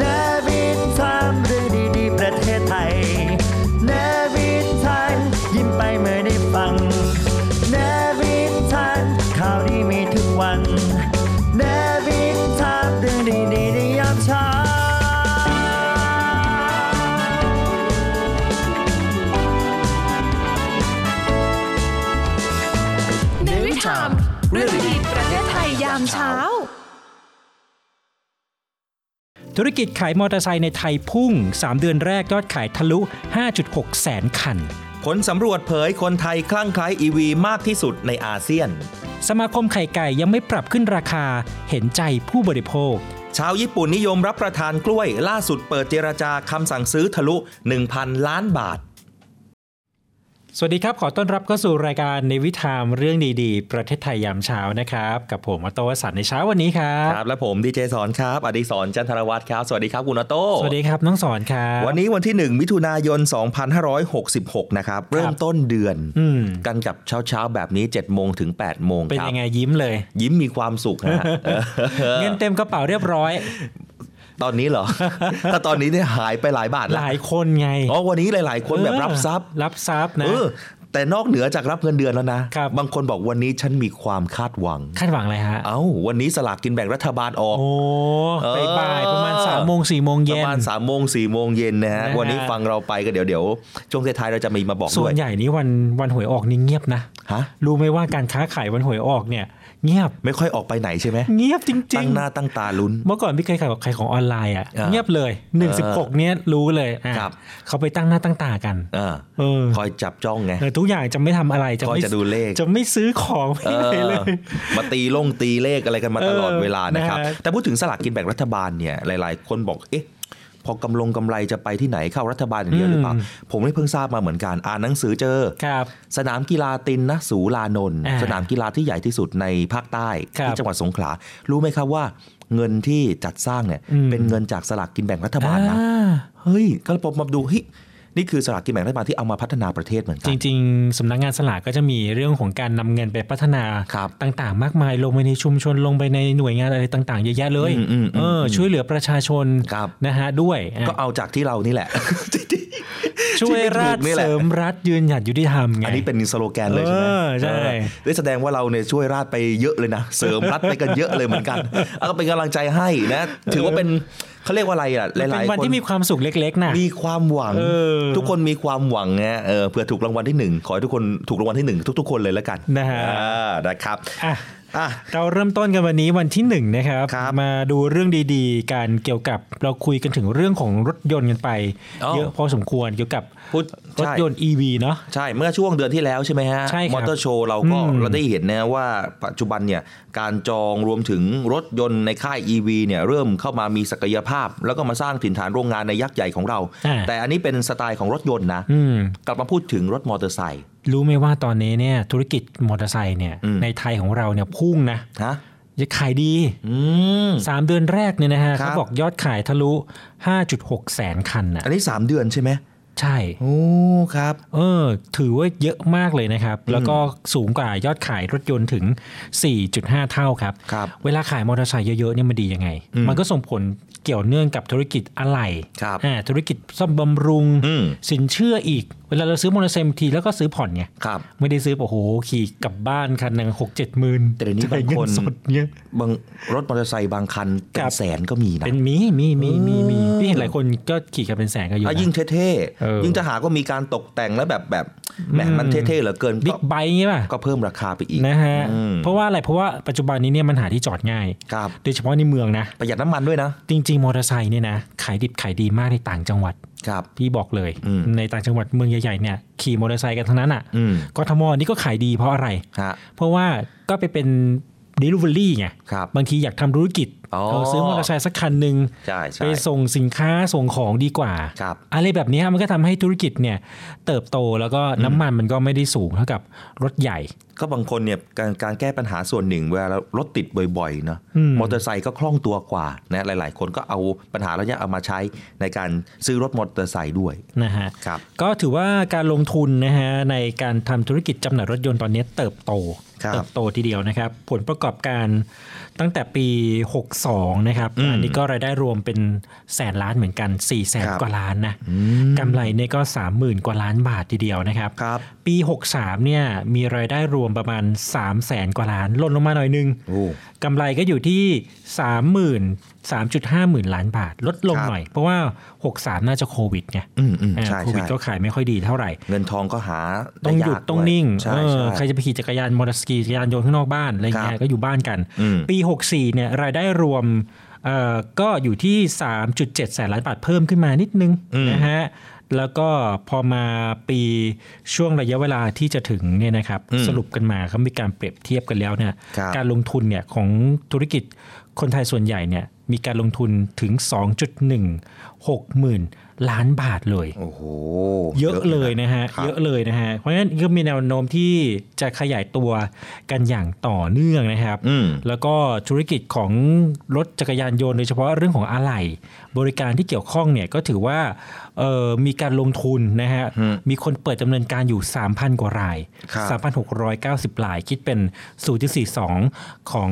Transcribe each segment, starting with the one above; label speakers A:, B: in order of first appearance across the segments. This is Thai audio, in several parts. A: นาวินทามเรื่องดีๆประเทศไทยนาวินทานยิ้มไปเมื่อได้ฟังนาวินทานข่าวดีมีทุกวันนาวินทามเรื่องดีๆในยามเช้า
B: ในวิถามเรื่องดีประเทศไทยยามเช้า
C: ธุรกิจขายมอเตอร์ไซค์ในไทยพุ่ง 3 เดือนแรกยอดขายทะลุ 5.6 แสนคัน
D: ผลสำรวจเผยคนไทยคลั่งไคล้ EV มากที่สุดในอาเซียน
C: สมาคมไข่ไก่ยังไม่ปรับขึ้นราคา เห็นใจผู้บริโภค
D: ชาวญี่ปุ่นนิยมรับประทานกล้วย ล่าสุดเปิดเจราจาคำสั่งซื้อทะลุ 1,000 ล้านบาท
C: สวัสดีครับ ขอต้อนรับเข้าสู่รายการในวิถามเรื่องดีๆ ประเทศไทยยามเช้านะครับ กับผมอโตวสันต์ในเช้าวันนี้ครั
D: ครับ บ และผมดีเจสอนครับ อดิศรจันทรวัตรครับ สวัสดีครับคุณออโต้
C: สวัสดีครับน้องสอนครับ
D: วันนี้วันที่ 1 มิถุนายน 2566 นะครับ เริ่มต้นเดือน
C: อืม
D: กันกับเช้าเช้าๆแบบนี้7โมงถึง8โมง
C: เป็น
D: ครับ
C: ยังไงยิ้มเลย
D: ยิ้มมีความสุข ฮะเออ
C: เงินเต็มกระเป๋าเรียบ ร้อย
D: ตอนนี้เหรอ ถ้าตอนนี้เนี่ยหายไปหลายบาท
C: ห
D: แล้ว
C: ลายคนไง
D: อ๋อวันนี้หลาย ๆ คนแบบรับทรัพย
C: รับทรัพย์นะ
D: เออแต่นอกเหนือจากรับเงินเดือนแล้วนะครับ บางคนบอกวันนี้ฉันมีความคาดหวัง
C: คาดหวังอะไรฮะ
D: เอ้า วันนี้สลากกินแบ่งรัฐบาลออก
C: โอ้
D: เออ
C: บ่ายๆประมาณ3ามโมงสี่โมง
D: ป
C: เย็น
D: ระมาณ3ามโมงสี่โมงเย็นนะฮะ
C: นะฮะ
D: วันนี้ฟังเราไปก็เดี๋ยวเดี๋ยวช่วงท้ายๆเราจะมีมาบอก
C: ส่
D: ด้
C: ว
D: วน ย
C: ใหญ่นี้วันวันหวยออกนี่เงียบนะ
D: ฮะ
C: รู้ไหมว่าการค้าขายวันหวยออกเนี่ย เงียบ
D: ไม่ค่อยออกไปไหนใช่ไหม
C: เงียบจริ
D: ตั้
C: ง
D: งหน้าตั้งตาลุ้น
C: ๆ เมื่อก่อนพี่เคยขายขายของออนไลน์อ่ะ
D: อ่า
C: เงียบเลย 116 เนี้ยรู้เลยอ่ะ
D: ครับ
C: เขาไปตั้งหน้าตั้งตากัน
D: เออ
C: เออ
D: คอยจับจ้องไง
C: เออทุกอย่างจะไม่ทำอะไรจะ
D: คอย
C: ไม่
D: จะดูเลข
C: จะไม่ซื้อของ
D: เอ
C: ไม่อะ
D: อ
C: ไรเลย
D: มาตีลงตีเลขอะไรกันมาตลอด
C: เออ
D: เวลานะครับ
C: นะฮะ
D: แต่พูดถึงสลากกินแบ่งรัฐบาลเนี่ยหลาย ๆ คนบอกเอ๊ะ พอกำลงกำไรจะไปที่ไหนเข้ารัฐบาลอย่างเดียวหรือเปล่า ผมได้เพิ่งทราบมาเหมือนกัน อ่านหนังสือเจอ
C: ครับ
D: สนามกีฬาตินนะสูลานนท์
C: อ่า
D: สนามกีฬาที่ใหญ่ที่สุดในภาคใต้
C: ครับ
D: ที่จังหวัดสงขลา รู้ไหมครับว่า เงินที่จัดสร้างเนี่ย
C: อืม
D: เป็นเงินจากสลากกินแบ่งรัฐบาลนะ
C: อ่า
D: เฮ้ยก็เลยผมมาดูเฮ้ยนี่คือสลากกินแบ่งรัฐบาลที่เอามาพัฒนาประเทศเหมือนกั
C: จ
D: น
C: ริงๆสำนักงานสลากก็จะมีเรื่องของการนำเงินไปพัฒนา
D: ครับ
C: ต่างๆ มากมายลงไปในชุมชนลงไปในหน่วยงานอะไรต่าง ๆ เยอะแยะเลย
D: อืมอืม
C: เอ
D: อืม
C: อช่วยเหลือประชาชน
D: ครับ
C: นะฮะด้วยอ่ะ
D: ก็เอาจากที่เรานี่แหละ
C: ช่วยราช
D: ที่ไม่ถูกนี่แห
C: เส
D: ละ
C: ริมรัฐยืนหยัดยุติธรรมไง
D: อันนี้เป็นสโลแกนเลยใช่ไหม
C: เออใช่
D: เออได้แสดงว่าเราเนี่ยช่วยราดไปเยอะเลยนะ เสริมรัดไปกันเยอะเลยเหมือนกันเอาก็เป็นกำลังใจให้นะ ถือว่าเป็นเขาเรียกว่าอะไรอ่ะ ห
C: มันเป็
D: ลาน ยๆ
C: วัน
D: คน
C: ที่มีความสุขเล็กๆนะ
D: มีความหวัง
C: เออ
D: ทุกคนมีความหวังนะเออเผื่อถูกรางวัลที่หนึ่งขอให้ทุกคนถูกรางวัลที่หนึ่งทุก ๆ คนเลยแล้วกัน
C: นะฮะ
D: อ่านะครับ
C: อ่ะ
D: อ่ะ
C: เราเริ่มต้นกันวันนี้วันที่หนึ่งนะครับ
D: ครับ
C: มาดูเรื่องดีๆ การเกี่ยวกับเราคุยกันถึงเรื่องของรถยนต์กันไป
D: อ๋อ
C: เยอะพอสมควรเกี่ยวกับ
D: พูด
C: รถ
D: ใช่
C: ยนต์ EV เนาะ
D: ใช่เมื่อช่วงเดือนที่แล้วใช่ไหมฮะ
C: ใช่ครับ
D: มอเตอร์โชว์เราก็
C: อืม
D: เราได้เห็นนะว่าปัจจุบันเนี่ยการจองรวมถึงรถยนต์ในค่าย EV เนี่ยเริ่มเข้ามามีศักยภาพ แล้วก็มาสร้างถิ่นฐานโรงงานในยักษ์ใหญ่ของเรา
C: อ่ะ
D: แต่อันนี้เป็นสไตล์ของรถยนต์นะ
C: อืม
D: กลับมาพูดถึงรถมอเตอร์ไซค์
C: รู้ไหมว่าตอนนี้เนี่ยธุรกิจมอเตอร์ไซค์เนี่ยในไทยของเราเนี่ยพุ่งนะ
D: ฮะ
C: จะขายดี
D: อืม
C: 3 เดือนแรกเนี่ยนะฮะ
D: ครับ
C: เขาบอกยอดขายทะลุ 5.6 แสนคันนะ
D: อันนี้ 3 เดือนใช่ไหม
C: ใช่
D: โอ้ครับ
C: เออถือว่าเยอะมากเลยนะครับ แล้วก็สูงกว่ายอดขายรถยนต์ถึง 4.5 เท่าครับ
D: ครับ
C: เวลาขายมอเตอร์ไซค์เยอะๆเนี่ยมันดียังไง มันก็ส่งผลเกี่ยวเนื่องกับธุรกิจอะไหล่
D: ครับ
C: อ่าธุรกิจซ่อมบำรุง
D: อืม
C: สินเชื่ออีก เวลาเราซื้อมอเตอร์ไซค์บางทีแล้วก็ซื้อผ่อนไง
D: ครับ
C: ไม่ได้ซื้อแบบโอ้โหขี่กลับบ้านคันหนึ่งหกเจ็ดหมื่น
D: แต่เดี๋ยวนี้
C: จ่
D: บางคน
C: เสดเนี่ย
D: บางรถมอเตอร์ไซค์บางคันเป็
C: ครั
D: น
C: บ
D: แสนก็มีนะ
C: เป็นมีมีมีมีมีพี่เห็นหลายคนก็ขี่กันเป็นแสนกันอยู่
D: อ่ะ
C: นะ
D: ยิ่งเท่
C: เออ
D: ๆ ยิ่งจะหาก็มีการตกแต่งแล้วแบบแบบแหมมันเท่ๆเหลือเกิน
C: บิ๊
D: ก็
C: กไบค์อย่างงี้ป่ะ
D: ก็เพิ่มราคาไปอีก
C: นะฮะ
D: อืม
C: เพราะว่าอะไรเพราะว่าปัจจุบันนี้เนี่ยมันหาที่จอดง่าย
D: ครับ
C: โดยเฉพาะในเมืองนะ
D: ประหยัดน้ำมันด้วยนะ
C: จริง ๆ มอเตอร์ไซค์เนี่ยนะขายดิบขายดีมากในต่างจังหวัด
D: ครับ
C: พี่บอกเลย
D: อืม
C: ในต่างจังหวัดเมืองใหญ่ๆเนี่ยขี่มอเตอร์ไซค์กันทั้งนั้นอ่ะ
D: อืม
C: กทมนี่ก็ขายดีเพราะอะไร
D: ฮะ
C: เพราะว่าก็ไปเป็น delivery ไง
D: ครับ
C: บางทีอยากทำธุรกิจ
D: อ๋อ
C: เราซื้อมอเตอร์ไซค์สักคันหนึ่ง
D: ใช่ใช่
C: ไปส่งสินค้าส่งของดีกว่า
D: ครับ
C: อะไรแบบนี้มันก็ทำให้ธุรกิจเนี่ยเติบโตแล้วก็น้ำมันมันก็ไม่ได้สูงเท่ากับรถใหญ่
D: ก็บางคนเนี่ยการการแก้ปัญหาส่วนหนึ่งเวลารถติดบ่อยๆเนาะ
C: อืม
D: มอเตอร์ไซค์ก็คล่องตัวกว่านะหลายๆ คนก็เอาปัญหาแล้วเนี่ยเอามาใช้ในการซื้อรถมอเตอร์ไซค์ด้วย
C: นะฮะ
D: ครับ
C: ก็ถือว่าการลงทุนนะฮะในการทำธุรกิจจำหน่ายรถยนต์ตอนนี้เติบโต
D: ครับ
C: เติบโตทีเดียวนะครับ ผลประกอบการตั้งแต่ปี 62 นะครับ
D: อืม
C: อันนี้ก็รายได้รวมเป็นแสนล้านเหมือนกัน 4 แสน
D: ครับ
C: กว่าล้านนะกำไรเนี่ยก็ 30,000 กว่าล้านบาททีเดียวนะครับ
D: ครับ
C: ปี 63 เนี่ยมีรายได้รวมประมาณ 3 0 0แสนกว่าล้านลดลงมาหน่อยนึง
D: โอ้
C: กำไรก็อยู่ที่ 3 0 0 0 0 3.5 หมื่นล้านบาท ลดลง
D: ครับ
C: หน่อย เพราะว่า 63 น่าจะโควิดไง
D: อืมอืม
C: อ่า
D: ใช่
C: โควิด
D: ใช่
C: ก็ขายไม่ค่อยดีเท่าไหร่
D: เงินทองก็หาไ
C: ต้องหยุด
D: าก
C: ต้องนิ่ง
D: ใช่
C: เออ
D: ใช่
C: ใครจะไปขี่จักรยานมอเตอร์สกีจักรยานยนต์ข้างนอกบ้านอะไรเงี้
D: ครั
C: ย
D: บ
C: ก็อยู่บ้านกัน
D: อืม
C: ปี 64 เนี่ยรายได้รวมเอ่อก็อยู่ที่ 3.7 แสนล้านบาทเพิ่มขึ้นมานิดนึงนะฮะแล้วก็พอมาปีช่วงระยะเวลาที่จะถึงเนี่ยนะครับสรุปกันมาเขามีการเปรียบเทียบกันแล้วเนี่ย
D: ครับ
C: การลงทุนเนี่ยของธุรกิจคนไทยส่วนใหญ่เนี่ยมีการลงทุนถึง 2.1 หมื่นล้านบาทเลย
D: โอ้โห
C: เยอะเลยนะฮะ
D: ครับ
C: เยอะเลยนะฮะ เพราะฉะนั้นก็มีแนวโน้มที่จะขยายตัวกันอย่างต่อเนื่องนะครับ
D: อืม
C: แล้วก็ธุรกิจของรถจักรยานยนต์โดยเฉพาะเรื่องของอะไหล่บริการที่เกี่ยวข้องเนี่ยก็ถือว่าเอ่อมีการลงทุนนะฮะ มีคนเปิดดำเนินการอยู่ 3,000 กว่าราย
D: ครับ
C: 3,690ราย คิดเป็น 0.42 ของ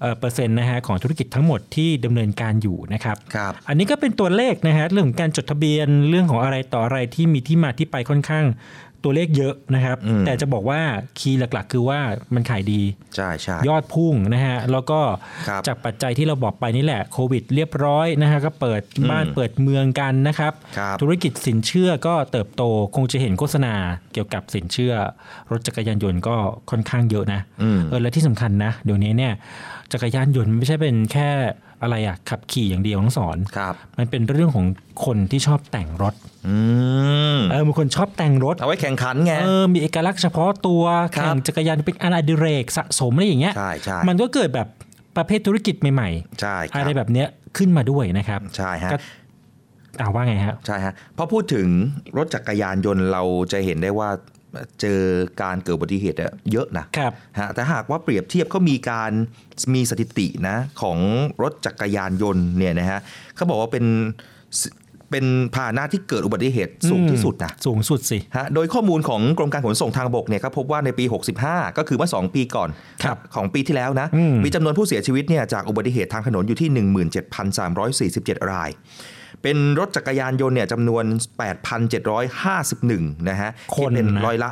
C: เอ่อเปอร์เซ็นต์นะฮะของธุรกิจทั้งหมดที่ดำเนินการอยู่นะครับ
D: ครับ
C: อันนี้ก็เป็นตัวเลขนะฮะเรื่องของการจดทะเบียนเรื่องของอะไรต่ออะไรที่มีที่มาที่ไปค่อนข้างตัวเลขเยอะนะครับ
D: อืม
C: แต่จะบอกว่าคีย์หลักๆ คือว่ามันขายดี
D: ใช่ใช่
C: ยอดพุ่งนะฮะแล้วก็
D: ครับ
C: จากปัจจัยที่เราบอกไปนี่แหละโควิดเรียบร้อยนะฮะก็เปิดบ้านเปิดเมืองกันนะครับ
D: ครับ
C: ธุรกิจสินเชื่อก็เติบโตคงจะเห็นโฆษณาเกี่ยวกับสินเชื่อ รถจักรยานยนต์ก็ค่อนข้างเยอะนะ
D: อืม
C: เออและที่สำคัญนะเดี๋ยวนี้เนี่ยจักรยานยนต์มันไม่ใช่เป็นแค่อะไรอะขับขี่อย่างเดียวต้องสอน
D: ครับ
C: มันเป็นเรื่องของคนที่ชอบแต่งรถ
D: อืม
C: เออมีคนชอบแต่งรถ
D: เอาไว้แข่งขันไง
C: เออ มีเอกลักษณ์เฉพาะตัว
D: ครับ
C: แข่งจักรยานเป็นอันอดิเรกสะสมอะไรอย่างเงี้ย
D: ใช่ใช่
C: มันก็เกิดแบบประเภทธุรกิจใหม่
D: ใช่
C: ๆ
D: ครั
C: อะไรแบบเนี้ยขึ้นมาด้วยนะครับ
D: ใช่ฮะ
C: ก็อ่าว่าไงฮะ
D: ใช่ฮะพอพูดถึงรถจักรยานยนต์เราจะเห็นได้ว่าเจอการเกิดอุบัติเหตุเนี่ยเยอะนะครับ ฮะแต่หากว่าเปรียบเทียบเขามีการมีสถิตินะของรถจักรยานยนต์เนี่ยนะฮะเขาบอกว่าเป็นสเป็นพาหนะที่เกิดอุบัติเหตุสูงที่สุดนะ
C: สูงสุดสิ
D: ฮะโดยข้อมูลของกรมการขนส่งทางบกเนี่ยก็พบว่าในปี 65 ก็คือเมื่อ 2 ปีก่อน
C: ครับ
D: ของปีที่แล้วนะ
C: อืม
D: มีจำนวนผู้เสียชีวิตเนี่ยจากอุบัติเหตุทางถนนอยู่ที่ 17,347 ราย เป็นรถจักรยานยนต์เนี่ยจำนวน 8,751 นะฮะ
C: คน
D: ดเป็น
C: นะ
D: ร้อยละ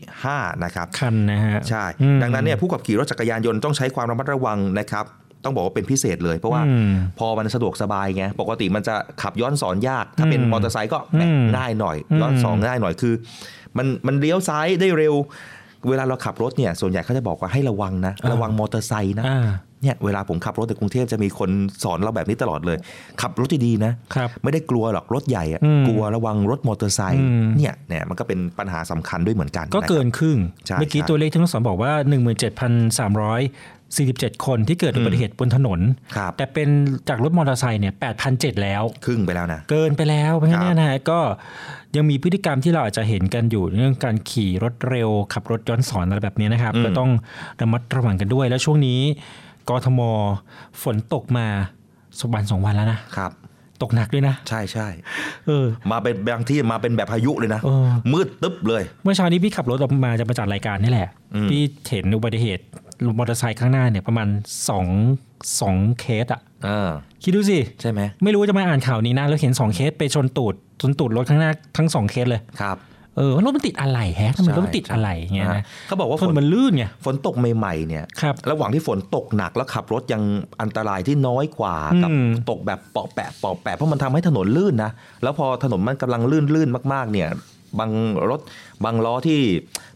D: 50.45 นะครับ
C: คันนะฮะ
D: ใช่
C: อืม
D: ดังนั้นเนี่ยผู้ขับขี่รถจักรยานยนต์ต้องใช้ความระมัดระวังนะครับ ต้องบอกว่าเป็นพิเศษเลย เพราะว่า
C: อืม
D: พอมันสะดวกสบายไง ปกติมันจะขับย้อนสอนยาก ถ้าเป็น
C: อืม
D: มอเตอร์ไซค์ก็แหม่
C: อืม
D: ง่ายหน่อย
C: อืม
D: ย้อนสอนง่ายหน่อยคือ มันมันเลี้ยวซ้ายได้เร็ว เวลาเราขับรถเนี่ย ส่วนใหญ่เขาจะบอกว่าให้ระวังนะ
C: อ่า
D: ระวังมอเตอร์ไซค์นะ
C: อ่า
D: เนี่ยเวลาผมขับรถในกรุงเทพจะมีคนสอนเราแบบนี้ตลอดเลย ขับรถดีๆนะครับไม่ได้กลัวหรอกรถใหญ่อะ
C: อืม
D: กลัวระวังรถมอเตอร์ไซค์
C: อืม
D: เนี่ยเนี่ยมันก็เป็นปัญหาสำคัญด้วยเหมือนกัน
C: ก็
D: นะครับ
C: เกินครึ่ง
D: ใช่
C: เมื่อกี้
D: ใช่
C: ตัวเลขที่น้องสอนบอกว่า 17,347 คนที่เกิดอุบัติเหตุบนถนน
D: ครับ
C: แต่เป็นจากรถมอเตอร์ไซค์เนี่ย8,007แล้ว
D: ครึ่งไปแล้วนะ
C: เกินไปแล้วเพราะฉะ
D: ครับ
C: นั้นนะฮะก็ยังมีพฤติกรรมที่เราอาจจะเห็นกันอยู่เรื่องการขี่รถเร็ว ขับรถย้อนสอนอะไรแบบนี้นะครับ
D: อืม
C: ก็ต้องระมัดระวังกันด้วย แล้วช่วงนี้กทมฝนตกมาสกวันสองวันแล้วนะครับ ตกหนักด้วยนะ
D: ใช่ใช่
C: เออ
D: มาเป็นบางที่มาเป็นแบบพายุเลยนะ
C: เออ
D: มืดตึ๊บเลย
C: เมื่อเช้านี้พี่ขับรถออกมาจะมาจัดรายการนี่แหละ
D: อืม
C: พี่เห็นอุบัติเหตุมอเตอร์ไซค์ข้างหน้าเนี่ยประมาณสองสองเคสอะ
D: เออ
C: คิดดูสิ
D: ใช่ไหม
C: ไม่รู้ว่าจะมาอ่านข่าวนี้นะแล้วเห็นสองเคสไปชนตูดชนตูดรถข้างหน้าทั้งสองเคสเลย
D: ครับ
C: เออว่ารถมันติดอะไรแฮะทำไม
D: ใช่
C: รถมันติดอะไรอย่างเงี้ย
D: ใช่
C: นะ
D: เขาบอกว่า
C: ถน
D: ฝน
C: นมันลื่นไง
D: ฝนตกใหม่ๆเนี่ย
C: ครับ
D: หว่างที่ฝนตกหนักแล้วขับรถยังอันตรายที่น้อยกว่ากับ
C: อืม
D: ตกแบบเปาะแปะเปาะแปะเพราะมันทำให้ถนนลื่นนะแล้วพอถนนมันกำลังลื่นลื่นมากๆเนี่ยบางรถบางล้อที่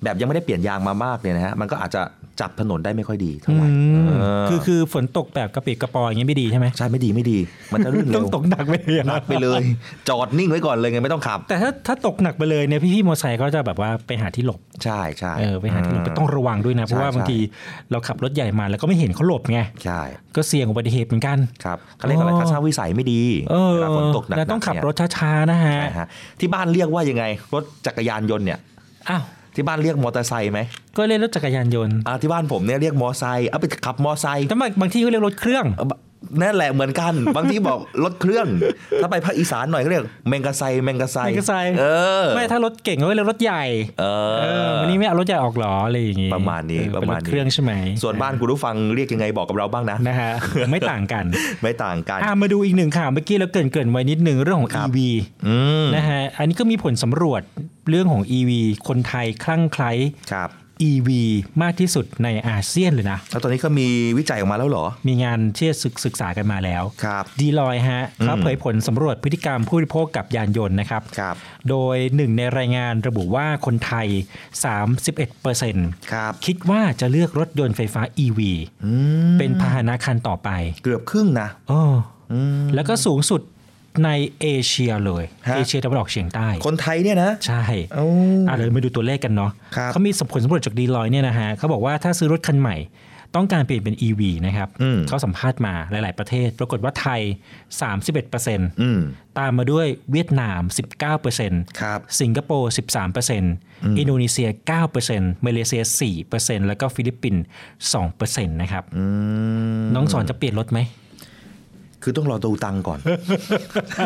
D: แบบยังไม่ได้เปลี่ยนยางมามากเนี่ยนะฮะมันก็อาจจะ จับถนนได้ไม่ค่อยดีเท่าไหร่เออ
C: คือคือฝนตกแบบกระปิกระปอยอย่างเงี้ยไม่ดีใช่ไหม
D: ใช่ไม่ดีไม่ดี มันจะรื่นเร็
C: ต้อง
D: ว
C: ตกหนักไปเลยอะ
D: หนักไปเลย จอดนิ่งไว้ก่อนเลยไงไม่ต้องขับ
C: แต่ถ้าถ้าตกหนักไปเลยเนี่ยพี่พี่มอเตอร์ไซค์เขาจะแบบว่าไปหาที่หลบ
D: ใช่ใช่
C: เออไปหาที่หลบ
D: ม
C: ไปต้องระวังด้วยนะ เพราะว่า
D: ใช่
C: บางทีเราขับรถใหญ่มาแล้วก็ไม่เห็นเขาหลบไง
D: ใช่
C: ก็เสี่ยงอุบัติเหตุเหมือนกัน
D: ครับเขาเรียกอะไร
C: อ๋อ
D: ทัศนวิสัยไม่ดี
C: เออ
D: เวลาฝนตกหนัก
C: แล้ว
D: ๆ
C: ต้องขับ
D: เนี่ย
C: รถช้าๆนะฮะ
D: ใช่ฮะที่บ้านเรียกว่ายังไง รถจักรยานยนต์เนี่ย
C: อ้าว
D: ที่บ้านเรียกมอเตอร์ไซค์ไหม
C: ก็เล่นรถจักรยานยนต์
D: อ่าที่บ้านผมเนี่ยเรียกมอไซค์เอาไปขับมอไซค์
C: แต่บางบางที่ก็เรียกรถเครื่อง
D: เอ่อนั่นแหละเหมือน กัน บางที่บอกรถเครื่อง ถ้าไปภาคอีสานหน่อยก็เรียกแมงกะไซแมงกะไซ
C: แมงกะไซ
D: เออ
C: ไม่ถ้ารถเก่งก็เรียกรถใหญ่
D: เอ
C: เออ
D: อ
C: วันนี้ไม่เอารถใหญ่ออกหรออะไรอย่างงี้
D: ประมาณนี้
C: เอ
D: ป
C: อเป็
D: ระ
C: น
D: มาณ
C: รถ
D: นี้
C: เครื่องใช่ไหม
D: ส่วนบ้านคุณผู้ฟังเรียกยังไงบอกกับเราบ้างนะ
C: นะฮะ ไม่ต่างกัน
D: ไม่ต่างกัน
C: อ่ะมาดูอีกหนึ่งข่าวเมื่อกี้เราเกรินเกรินไว้นิดหนึ่งเรื่องของ
D: ครับ
C: EV
D: อืม
C: นะฮะอันนี้ก็มีผลสำรวจเรื่องของ EV คนไทยคลั่งไคล้
D: ครับ
C: EV มากที่สุดในอาเซียนเลยนะ
D: แล้วตอนนี้เขามีวิจัยออกมาแล้วเหรอ
C: มีงานที่ศึกศึกษากันมาแล้ว
D: ครับ
C: ดีลอยฮะเขา
D: อืม
C: เผยผลสำรวจพฤติกรรมผู้บริโภคกับยานยนต์นะครับ
D: ครับ
C: โดยหนึ่งในรายงานระบุว่าคนไทย 31%
D: ครับ
C: คิดว่าจะเลือกรถยนต์ไฟฟ้า EV
D: อืม
C: เป็นพาหนะคันต่อไป
D: เกือบครึ่งนะ
C: ออแล้วก็สูงสุดในเอเชียเลย
D: ฮะ
C: เอเชียตะวันออกเฉียงใต้
D: คนไทยเนี่ยนะ
C: ใช่
D: เอ้า
C: อ่ะเดี๋ยวมาดูตัวเลขกันเนาะ
D: ครับ
C: เขามีผลสำรวจจากดีลอยเนี่ยนะฮะเขาบอกว่าถ้าซื้อรถคันใหม่ ต้องการเปลี่ยนเป็น EV นะครับเขาสัมภาษณ์มาหลาย ๆ ประเทศ ปรากฏว่าไทย 31%
D: อืม
C: ตามมาด้วยเวียดนาม 19%
D: ครับ
C: สิงคโปร์ 13%อินโดนีเซีย 9%มาเลเซีย 4%แล้วก็ฟิลิปปินส์2%นะครับน้องสอนจะเปลี่ยนรถไหม
D: คือต้องรอดูตังค์ก่อน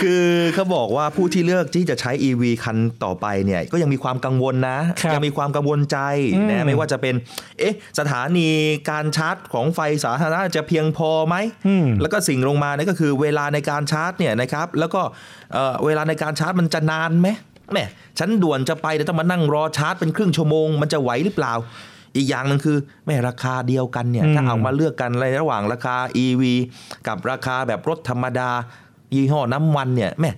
D: คือเขาบอกว่าผู้ที่เลือกที่จะใช้ EV คันต่อไปเนี่ย ก็ยังมีความกังวลนะ
C: ครับ
D: ยัมีความกังวลใจนะไม่ว่าจะเป็น เอ๊ะ สถานีการชาร์จของไฟสาธารณะจะเพียงพอไหม
C: อืม
D: แล้วก็สิ่งลงมาเนี่ยก็คือเวลาในการชาร์จเนี่ยนะครับ แล้วก็เอ่อเวลาในการชาร์จมันจะนานไหมแหมฉันด่วนจะไปแต่ต้องมานั่งรอชาร์จเป็นครึ่งชั่วโมง มันจะไหวหรือเปล่า อีกอย่างหนึงคือแหม่ราคาเดียวกันเนี่ย ถ้าเอามาเลือกกันอะไรระหว่างราคา EV กับราคาแบบรถธรรมดา ยี่ห้อน้ำมันเนี่ยแหม่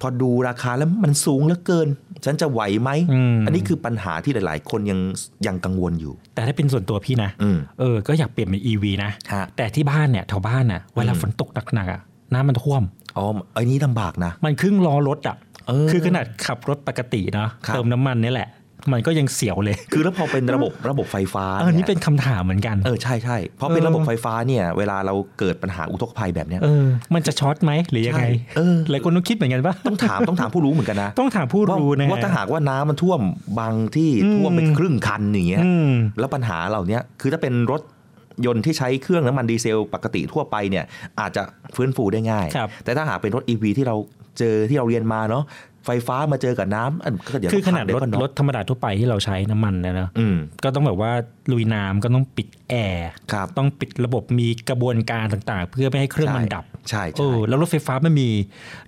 D: พอดูราคาแล้วมันสูงเหลือเกิน ฉันจะไหวไหม
C: อืม
D: นนี้คือปัญหาที่หลาย ๆ คนยังยังกังวลอยู่
C: แต่ถ้าเป็นส่วนตัวพี่นะ
D: อืม
C: เออ ก็อยากเปลี่ยนเป็น EV นะ
D: ฮะ
C: แต่ที่บ้านเนี่ยแถวบ้านน่ะ เวลาฝนตกหนักๆอ่ะ น้ำมันท่วม
D: อ๋อไอ้นี้ลำบากนะ
C: มันครึ่งล้อรถอ่ะ
D: เออ
C: คือขนาดขับรถปกติเนาะ
D: ครับ
C: เติมน้ำมันเนี่ยแหละ มันก็ยังเสียวเลย
D: คือแล้วพอเป็นระบบระบบไฟฟ้า
C: เออ
D: ย
C: นี่เป็นคำถามเหมือนกัน
D: เออใช่ใช่เพราะเป็นระบบไฟฟ้าเนี่ย เวลาเราเกิดปัญหาอุทกภัยแบบเนี้ย
C: เออ มันจะช็อตไหมหรือยังไง
D: ใช่เออ
C: หลายคนต้องคิดเหมือนกันว่า
D: ต้องถามต้องถามผู้รู้เหมือนกันนะ
C: ต้องถามผู้
D: ว่า
C: รู้นะฮะ
D: ว่าถ้าหากว่าน้ำมันท่วมบางที่
C: อืม
D: ท่วมเป็นครึ่งคันอย่างเงี้ย
C: อืม
D: แล้วปัญหาเหล่าเนี้ยคือถ้าเป็นรถยนต์ที่ใช้เครื่องน้ำมันดีเซลปกติทั่วไปเนี่ย อาจจะฟื้นฟูได้ง่าย
C: ครับ
D: แต่ถ้าหากเป็นรถ EV ที่เราเจอที่เราเรียนมาเนาะไฟฟ้ามาเจอกับน้ำอันก็เดี๋ยว
C: คือขนาดร
D: เยว
C: ถ
D: ก็เนะ
C: รถธรรมดาทั่วไปที่เราใช้น้ำมันนะเนอะ
D: อืม
C: ก็ต้องแบบว่าลุยน้ำก็ต้องปิดแอร์
D: ครับ
C: ต้องปิดระบบมีกระบวนการต่างๆ เพื่อไม่ให้เครื่องมันดับ
D: ใช่
C: เอ
D: ใช่
C: อแล้วรถไฟฟ้ามันมี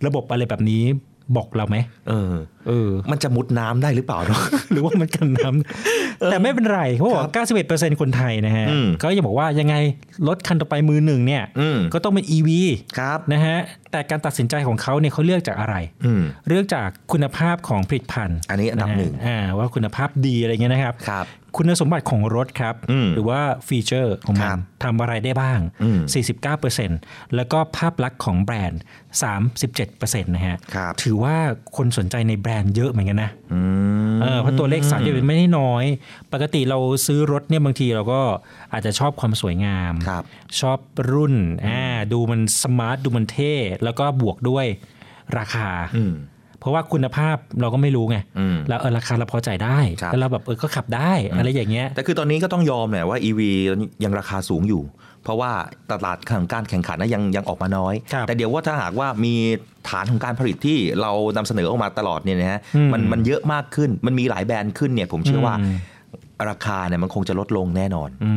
C: ระบบอะไรแบบนี้บอกเราไหม
D: เออ
C: เออ
D: มันจะมุดน้ำได้หรือเปล่าเนาะ
C: หรือว่ามันกันน้ำแต่ไม่เป็นไรเขาบอกว่า91%คนไทยนะฮะ
D: อืม
C: ก็ยังบอกว่ายังไงรถคันต่อไปมือหนึ่งเนี่ย
D: อืม
C: ก็ต้องเป็น EV
D: ครับ
C: นะฮะแต่การตัดสินใจของเขาเนี่ยเขาเลือกจากอะไร
D: อืม
C: เลือกจากคุณภาพของผลิตภัณฑ์
D: อันนี้อันดับหนึ่ง
C: ะฮะอ่าว่าคุณภาพดีอะไรเงี้ยนะครับ
D: ครับ
C: คุณสมบัติของรถครับ
D: อืม
C: หรือว่าฟีเจอร์ของมั
D: ครั
C: น
D: บ
C: ทำอะไรได้บ้าง
D: อืม
C: 49%แล้วก็ภาพลักษณ์ของแบรนด์ 37%นะฮะ
D: ครับ
C: ถือว่าคนสนใจในแบรนด์เยอะเหมือนกันนะ
D: อืม
C: เออเพราะตัวเลขสามเดือนไม่ได้น้อย ปกติเราซื้อรถเนี่ยบางทีเราก็อาจจะชอบความสวยงาม
D: ครับ
C: ชอบรุ่นอ่าดูมันสมาร์ทดูมันเท่ แล้วก็บวกด้วยราคา
D: อืม
C: เพราะว่าคุณภาพเราก็ไม่รู้ไง
D: อืม
C: แล้วเออราคาเราพอใจได้
D: ครับ
C: แล้วเราแบบเออก็ขับได้อะไรอย่างเงี้ย
D: แต่คือตอนนี้ก็ต้องยอมแหละว่า EV ยังราคาสูงอยู่ เพราะว่าตลาดของการแข่งขันนะยังยังออกมาน้อย
C: ครับ
D: แต่เดี๋ยวว่าถ้าหากว่ามีฐานของการผลิตที่เรานำเสนอออกมาตลอดเนี่ยนะฮะ
C: อืม
D: มันมันเยอะมากขึ้นมันมีหลายแบรนด์ขึ้นเนี่ยผมเชื่อว่า
C: อืม
D: ราคาเนี่ยมันคงจะลดลงแน่นอน
C: อื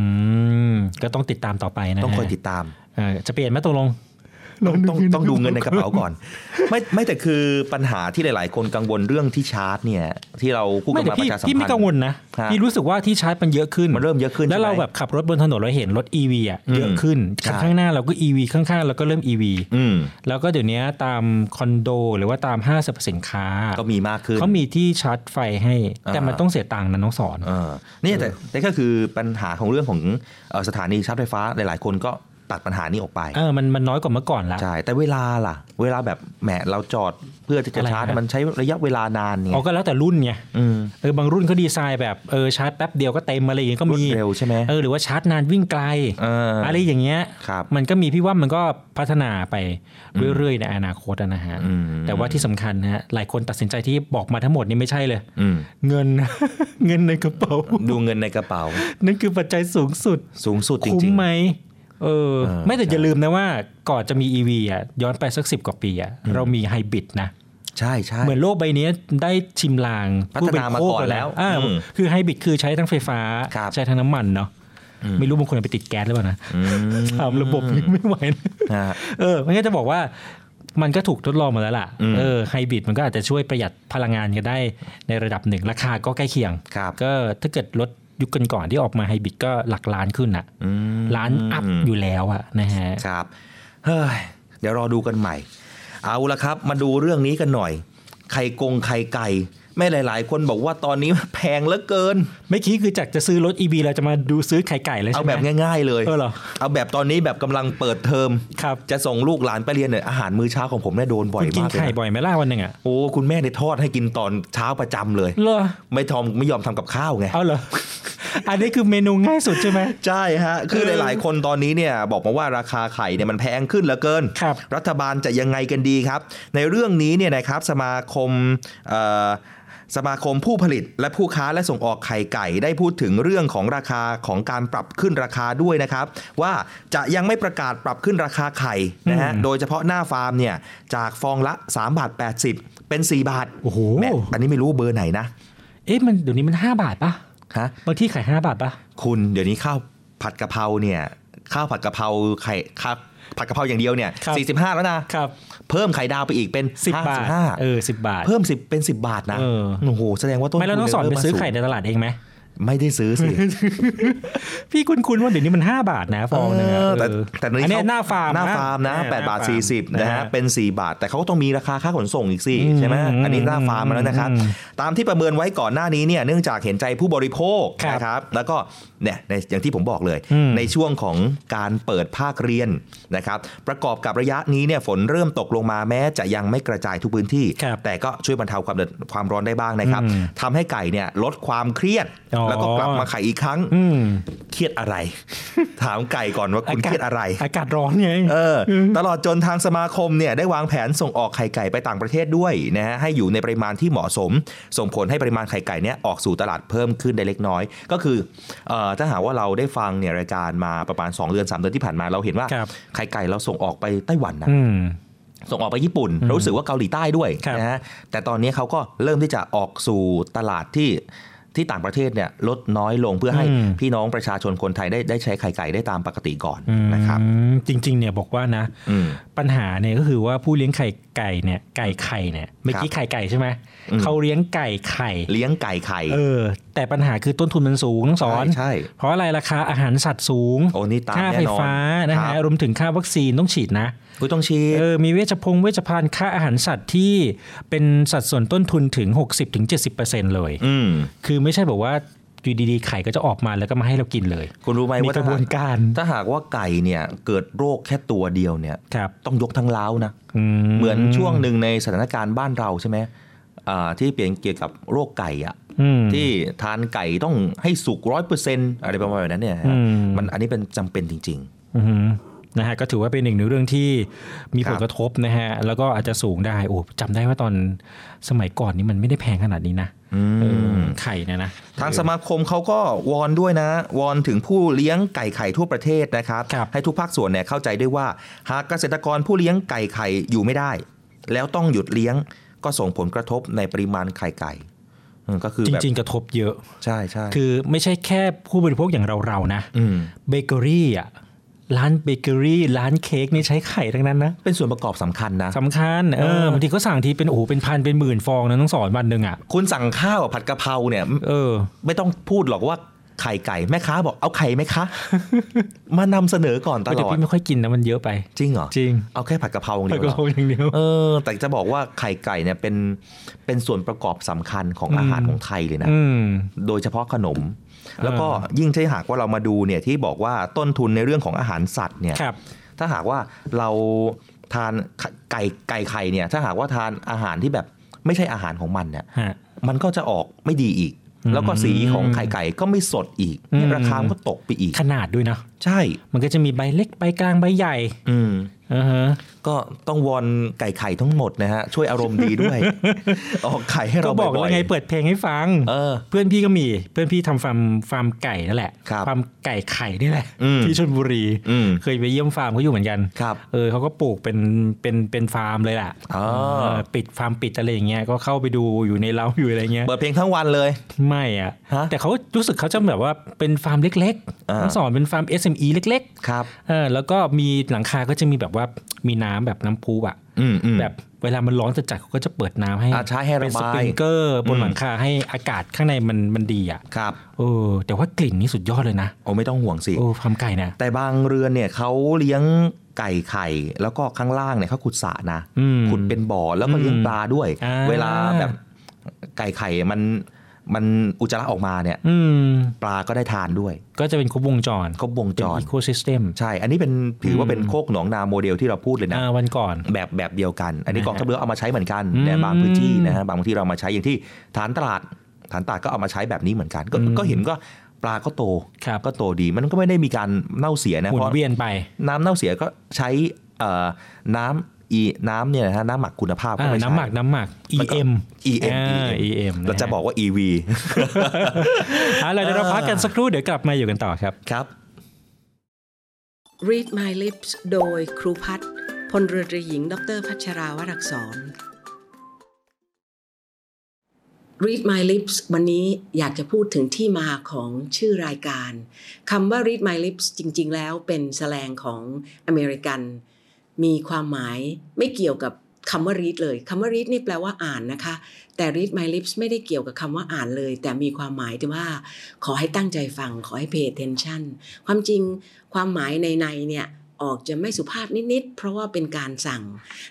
C: มก็ต้องติดตามต่อไปนะฮะ
D: ต้องคอยติดตาม
C: เออจะเปลี่ยนไหมตกลง
D: ต้องต้องต้องดูเงินในกระเป๋าก่อน ไม่ไม่แต่คือปัญหาที่หลาย ๆ คนกังวลเรื่องที่ชาร์จเนี่ย ที่เราพูดกั
C: ไม่
D: น
C: แต่
D: มาประ
C: พี่
D: ชาสัมพันธ์
C: พี่ไม่กังวลนะ
D: ฮะ
C: พี่รู้สึกว่าที่ชาร์จมันเยอะขึ้น
D: มันเริ่มเยอะขึ้น
C: แล้วเรา
D: ใช่ไหม
C: แบบขับรถบนถนนเราเห็นรถ E ีวีอ่ะเยอะ
D: อืม
C: ขึ้น
D: ใช่
C: ข้างหน้าเราก็ E ีวีข้างๆเราก็เริ่ม E ีวี
D: อืม
C: แล้วก็เดี๋ยวนี้ตามคอนโดหรือว่าตามห้างสรรพสินค้า
D: ก็มีมากขึ้น
C: เขามีที่ชาร์จไฟให้
D: อ่า
C: แต่มันต้องเสียตังค์นะน้องสอน
D: เออเนี่ยแต่แต่ก็คือปัญหาของเรื่องของเอ่อสถานีชาร์จไฟฟ้าหลาย ๆ คนก็ตัดปัญหานี้ออกไป
C: เออมันมันน้อยกว่าเมื่อก่อนละ
D: ใช่ แต่เวลาล่ะ เวลาแบบแหมเราจอดเพื่อที่จะ
C: อะไร
D: ชาร์จ
C: ฮะ
D: มันใช้ระยะเวลานานเนี่ย
C: เอาก็แล้วแต่รุ่นไง
D: อืม
C: เออบางรุ่นเขาดีไซน์แบบเออชาร์จแป๊บเดียวก็เต็มอะไรอย่างเงี้ยก็มี
D: รวดเร็วใช่ไหม
C: เออหรือว่าชาร์จนานวิ่งไกล
D: เอออ
C: ไรอย่างเงี้ย
D: ครับ
C: มันก็มีพี่ว่ามันก็พัฒนาไปเรื่อยๆในอนาคตอะนะฮะ
D: อืม
C: แต่ว่าที่สำคัญนะฮะหลายคนตัดสินใจที่บอกมาทั้งหมดนี่ไม่ใช่เลย
D: อืม
C: เงิน เงินในกระเป๋า
D: ดูเงินในกระเป๋า
C: นั่นคือปัจจัยสูงสุด
D: สูงสุดจ
C: คุ้ม
D: ริง
C: ไหมเออ
D: เออ
C: ไม่แต่
D: ใช่
C: อย่าลืมนะว่าก่อนจะมี EV อ่ะย้อนไปสักสิบกว่าปีอ่ะเรามีไฮบริดนะ
D: ๆ ใช่ใช่
C: เหมือนโลกใบนี้ได้ชิมลาง
D: พัฒนามาก่อนแล้ว
C: ผู้บริโภคอ่า
D: อืม
C: คือไฮบริดคือใช้ทั้งไฟฟ้า
D: ครับ
C: ใช้ทั้งน้ำมันเนาะไม่รู้บางคนเอาไปติดแก๊สหรือเปล่านะตามระบบ นี้ไม่ไหวนะ
D: ฮะ
C: เออมันก็จะบอกว่ามันก็ถูกทดลองมาแล้วล่ะ
D: อืม
C: เออไฮบริดมันก็อาจจะช่วยประหยัดพลังงานกันได้ในระดับหนึ่ง ราคาก็ใกล้เคียง
D: ครับ
C: ก็ถ้าเกิดรถยุคก่อนๆที่ออกมาไฮบริดก็หลักล้านขึ้นอะ
D: อืม
C: ล้านอัพอยู่แล้วอะนะฮะ
D: ครับเฮ้ยเดี๋ยวรอดูกันใหม่ เอาละครับ มาดูเรื่องนี้กันหน่อย ไข่กงไข่ไก่แม่หลาย ๆ คนบอกว่าตอนนี้แพงเหลือเกิน
C: ไม่คิดคือจากจะซื้อรถ EV เราจะมาดูซื้อไข่ไก่เลย
D: เอา
C: ใช่ไหม
D: แบบง่าย ๆ เลย
C: เออเหรอ
D: เอาแบบตอนนี้แบบกำลังเปิดเทอม
C: ครับ
D: จะส่งลูกหลานไปเรียนเนี่ยอาหารมื้อเช้าของผมเนี่ยโดนบ่อย
C: คุณกิน
D: มากเลย
C: ไข่
D: นะ
C: บ่อยไหมล่ะวันหนึ่งอ่ะ
D: โอ้คุณแม่เนี่ยทอดให้กินตอนเช้าประจำเลย
C: เหรอ
D: ไม่ทอมไม่ยอมทำกับข้าวไง
C: เอาเหรอ อันนี้คือเมนูง่ายสุดใช่ไหม
D: ใช่ฮะ คือ
C: เออ
D: หลาย ๆ คนตอนนี้เนี่ยบอกมาว่าราคาไข่เนี่ยมันแพงขึ้นเหลือเกิน
C: ครับ
D: รัฐบาลจะยังไงกันดีครับ ในเรื่องนี้เนี่ยนะครับสมาคมเอ่อสมาคมผู้ผลิตและผู้ค้าและส่งออกไข่ไก่ ได้พูดถึงเรื่องของราคาของการปรับขึ้นราคาด้วยนะครับ ว่าจะยังไม่ประกาศปรับขึ้นราคาไข่นะฮะ
C: อืม
D: โดยเฉพาะหน้าฟาร์มเนี่ยจากฟองละ3บาท80 เป็น 4 บาท
C: โอ้โห
D: แม่อันนี้ไม่รู้เบอร์ไหนนะ
C: เอ๊ะมันเดี๋ยวนี้มันห้าบาทปะ
D: ฮะ
C: บางที่ขายห้าบาทปะ
D: คุณเดี๋ยวนี้ข้าวผัดกะเพราเนี่ยข้าวผัดกะเพราไข่ข้าวผัดกะเพราอย่างเดียวเนี่ย45 แล้วนะครับ เพิ่มไข่ดาวไปอีกเป็น
C: สิบบาท
D: 55
C: เออสิบบาท
D: เพิ่ม10เป็น 10 บาทนะ
C: เออ
D: โอ้โหแสดงว่าต้น
C: ไม่แล้ว
D: ทุ
C: ต้องสอน
D: เริ่
C: ไป
D: มมา
C: ซื้อ
D: สูง
C: ไข่ในตลาดเองไหม
D: ไม่ได้ซื้อสิ
C: พี่คุณคุณว่าเดี๋ยวนี้มันห้าบาทนะฟองหนึงอะ
D: เออ
C: เอ
D: แต่
C: อ
D: แต่ตอน
C: อัน
D: นี้
C: นี้
D: เข
C: หน้าฟาร์ม
D: หน้าฟาร์มนะ
C: อ่
D: แปดบาท
C: ห
D: สี่
C: น้
D: สิบนะฮะเป็น 4 บาท แต่เขาก็ต้องมีราคาค่าขนส่งอีกสิใช่ไหมอันนี้หน้าฟาร์มมาแล้วนะครับ ตามที่ประเมินไว้ก่อนหน้านี้เนี่ยเนื่องจากเห็นใจผู้บริโภคนะครับ แล้วก็เนี่ยในอย่างที่ผมบอกเลย ในช่วงของการเปิดภาคเรียนนะครับ ประกอบกับระยะนี้เนี่ยฝนเริ่มตกลงมาแม้จะยังไม่กระจายทุกพื้นที่
C: ครับ
D: แต่ก็ช่วยบรรเทาความเดือดความร้อนได้บ้างนะครับทำให้ไก่เนี่ยลดความเครียด
C: อ๋อ
D: แล้วก็กลับมาไข่อีกครั้ง
C: อืม
D: เครียดอะไร ถามไก่ก่อนว่าคุณเครียดอะไร
C: อากาศร้อนไง
D: เออ ตลอดจนทางสมาคมเนี่ยได้วางแผนส่งออกไข่ไก่ไปต่างประเทศด้วยนะฮะให้อยู่ในปริมาณที่เหมาะสม ส่งผลให้ปริมาณไข่ไก่เนี่ยออกสู่ตลาดเพิ่มขึ้นได้เล็กน้อย ก็คือเอ่อถ้าหากว่าเราได้ฟังเนี่ยรายการมาประมาณ 2 เดือน 3 เดือนที่ผ่านมาเราเห็นว่า
C: ครับ
D: ไข่ไก่เราส่งออกไปไต้หวันนะ
C: อืม
D: ส่งออกไปญี่ปุ่นเรารู้สึกว่าเกาหลีใต้ด้วย
C: ครับ
D: นะฮะแต่ตอนนี้เขาก็เริ่มที่จะออกสู่ตลาดที่ที่ต่างประเทศเนี่ยลดน้อยลงเพื่อให้
C: อืม
D: พี่น้องประชาชนคนไทยได้ได้ใช้ไข่ไก่ได้ตามปกติก่อนนะครับ
C: อืมจริง ๆ เนี่ยบอกว่านะ
D: อืม
C: ปัญหาเนี่ยก็คือว่าผู้เลี้ยงไข่ไก่เนี่ยไก่ไข่เนี่ยเมื่อกี้ไข่ไก่ใช่ไหม
D: อืม
C: เขาเลี้ยงไก่ไข่
D: เลี้ยงไก่ไข่
C: เออ แต่ปัญหาคือต้นทุนมันสูงต้องสอน
D: ใช่ใช่
C: เพราะอะไรราคาอาหารสัตว์สูง
D: โอ้นี่ตาม
C: ค่า
D: แน่น
C: ไฟ
D: อน
C: ฟ้านะฮะ
D: ครับ
C: รวมถึงค่าวัคซีนต้องฉีดนะ
D: อุ๊ยต้องชีด
C: เออมีเวชพงศ์เวชภัณฑ์ค่าอาหารสัตว์ที่เป็นสัดส่วนต้นทุนถึง 60-70%เลย
D: อืม
C: คือไม่ใช่แบบว่าอยู่ดีๆไข่ก็จะออกมาแล้วก็มาให้เรากินเลย
D: คุณรู้ไหม
C: มี
D: ว่าก ถ้า
C: ระบว
D: หาก
C: นการ
D: ถ้าหากว่าไก่เนี่ยเกิดโรคแค่ตัวเดียวเนี่ย
C: ครับ
D: ต้องยกทั้งเล้าวนะ
C: อื
D: เหมือนช่วงหนึ่งในสถานการณ์บ้านเราใช่ไหมอ่าที่เปลี่ยนเกี่ยวกับโรคไก่อะ
C: อืม
D: ที่ทานไก่ต้องให้สุกร้อยเปอร์เซ็นต์อะไรประมาณแบบนั้นเนี่ย
C: อืม
D: มันอันนี้เป็นจำเป็นจริง
C: อือฮึนะฮะก็ถือว่าเป็นหนึ่งในเรื่องที่มี
D: ครั
C: ผ
D: บ
C: ลกระทบนะฮะแล้วก็อาจจะสูงได้โอ้จำได้ว่าตอนสมัยก่อนนี่มันไม่ได้แพงขนาดนี้นะเออไข่เนะนะ
D: ๆ ทางสมาคมเขาก็วอนด้วยนะ วอนถึงผู้เลี้ยงไก่ไข่ทั่วประเทศนะครับ
C: ครับ
D: ให้ทุกภาคส่วนเนี่ยเข้าใจด้วยว่า หากเกษตรกรผู้เลี้ยงไก่ไข่อยู่ไม่ได้ แล้วต้องหยุดเลี้ยงก็ส่งผลกระทบในปริมาณไข่ไก่อืมก็คือ
C: จ
D: แบบ
C: ริง ๆ กระทบเยอะ
D: ใช่ใช่
C: คือไม่ใช่แค่ผู้บริโภคอย่างเรา ๆ นะ
D: อืม
C: เบเกอรี่อ่ะ ร้านเบเกอรี่ร้านเค้กนี่ใช้ไข่ทั้งนั้นนะ
D: เป็นส่วนประกอบสำคัญนะ
C: สำคัญเอ
D: เออ
C: อบางทีก็สั่งทีเป็นโอ้โหเป็นพันเป็นหมื่นฟองนะต้องสอนวันหนึ่งอ่ะ
D: คุณสั่งข้าวผัดกะเพราเนี่ย
C: เออ
D: ไม่ต้องพูดหรอกว่าไข่ไก่แม่ค้าบอกเอาไข่ไหมคะ มานำเสนอก่อนต
C: แต่
D: ลอด
C: พี่ไม่ค่อยกินนะมันเยอะไป
D: จริงเหรอ
C: จริง
D: เอาแค่ผัดกะเพราอย่าง
C: ไป
D: เดียวเห
C: กระ
D: รอ
C: โปรงอย่างเดียว
D: เออ แต่จะบอกว่าไข่ไก่เนี่ยเป็นเป็นส่วนประกอบสำคัญของอาหารของไทยเลยนะ
C: อืม
D: โดยเฉพาะขนม แล้วก็ยิ่งถ้าหากว่าเรามาดูเนี่ยที่บอกว่าต้นทุนในเรื่องของอาหารสัตว์เนี่ย
C: ครับ
D: ถ้าหากว่าเราทานไก่ไก่ไข่เนี่ยถ้าหากว่าทานอาหารที่แบบไม่ใช่อาหารของมันเนี่ย
C: ฮะ
D: มันก็จะออกไม่ดีอีก แล้วก็สีของไข่ไก่ก็ไม่สดอีกเนี่ย
C: อืม
D: ราคามันก็ตกไปอีก
C: ขนาดด้วยนะ
D: ใช่
C: มันก็จะมีใบเล็กใบกลางใบใหญ่
D: อืม
C: อ่าฮะ
D: ก็ต้องวอนไก่ไข่ทั้งหมดนะฮะ ช่วยอารมณ์ดี ด้วย ออกไข่ให้
C: ก็
D: เรา
C: บอกแล้ว
D: บ่อยๆ
C: ไงเปิดเพลงให้ฟัง
D: เออ
C: เพื่อนพี่ก็มีเพื่อนพี่ทำฟาร์มฟาร์มไก่นั่นแหละ
D: ครับ
C: ฟาร์มไก่ไข่นี่แหละ
D: อืม
C: ที่ชลบุรี
D: อืม
C: เคยไปเยี่ยมฟาร์มเขาอยู่เหมือนกัน
D: ครับ
C: เออเขาก็ปลูกเป็นเป็นเป็นฟาร์มเลยแหละ
D: อ๋อ
C: เออปิดฟาร์มปิดอะไรอย่างเงี้ยก็เข้าไปดูอยู่ในเล้าอยู่อะไรเงี้ย
D: เปิดเพลงทั้งวันเลย
C: ไม่อ่ะ
D: ฮะ
C: แต่เขารู้สึกเขาจะแบบว่าเป็นฟาร์มเล็ก
D: อ่า
C: ๆต้องสอนเป็นฟาร์ม SME เล็ก ๆ
D: ครับ
C: เออแล้วก็มีหลังคาก็จะมีแบบว่ามีน้ำแบบน้ำพุอะ
D: อืมอืม
C: แบบเวลามันร้อนจัดจัดๆเขาก็จะเปิดน้ำให้
D: อ่าใช่ให้ระบาย
C: เป็นสปริงเกอร์บนหลังคาให้อากาศข้างในมันมันดีอะ
D: ครับ
C: เออแต่ว่ากลิ่นนี่สุดยอดเลยนะ
D: โอ้ไม่ต้องห่วงสิ
C: โอ้ฟาร์มไก่นะ
D: แต่บางเรือนเนี่ยเขาเลี้ยงไก่ไข่ แล้วก็ข้างล่างเนี่ยเขาขุดสระนะ
C: อืม
D: ขุดเป็นบ่อแล้วก็เลี้ยง
C: อืม
D: ปลาด้วย
C: อ่า
D: เวลาแบบไก่ไข่มันมันอุจจาระออกมาเนี่ย
C: อืม
D: ปลาก็ได้ทานด้วย
C: ก็จะเป็นครบวงจร
D: เขาวงจร
C: อีโคซิสเต็ม
D: ใช่ อันนี้เป็นถือว่าเป็นโคกหนองนาโมเดลที่เราพูดเลยนะ
C: อ่าวันก่อน
D: แบบแบบเดียวกัน อันนี้
C: นะฮะ
D: กองทัพเรือเอามาใช้เหมือนกัน
C: อืม
D: ในบางพื้นที่นะฮะบางพื้นที่เรามาใช้อย่างที่ฐานตลาดฐานตลาดก็เอามาใช้แบบนี้เหมือนกัน ก็ก็เห็นก็ปลาก็โต
C: ครับ
D: ก็โตดีมันก็ไม่ได้มีการเน่าเสียนะ
C: หมุ
D: เพ
C: น
D: ราะ
C: เวียนไป
D: น้ำเน่าเสียก็ใช้เอ่อน้ำอีน้ำเนี่ยนะฮะน้ำหมักคุณภาพก็
C: อ่า
D: ไม่ใช่
C: น้ำหมักน้ำหมัก
D: แล้วก็
C: EM
D: EM
C: อ่า EM
D: เราจะบอกว่า EV
C: อ่ะเราเดี๋ยวเราพักกันสักครู่เดี๋ยวกลับมาอยู่กันต่อครับ
D: ครับ
E: Read My Lips โดยครูพัฒน์พลเรือตรีหญิง ดรพัชราวรักษร Read My Lips วันนี้อยากจะพูดถึงที่มาของชื่อรายการคำว่า Read My Lips จริง ๆ แล้วเป็นแสแลงของอเมริกัน มีความหมายไม่เกี่ยวกับคำว่า read เลยคำว่า read นี่แปลว่าอ่านนะคะ แต่ read my lips ไม่ได้เกี่ยวกับคำว่าอ่านเลย แต่มีความหมายที่ว่า ขอให้ตั้งใจฟัง ขอให้ pay attention ความจริงความหมายในในๆเนี่ยออกจะไม่สุภาพนิดๆ เพราะว่าเป็นการสั่ง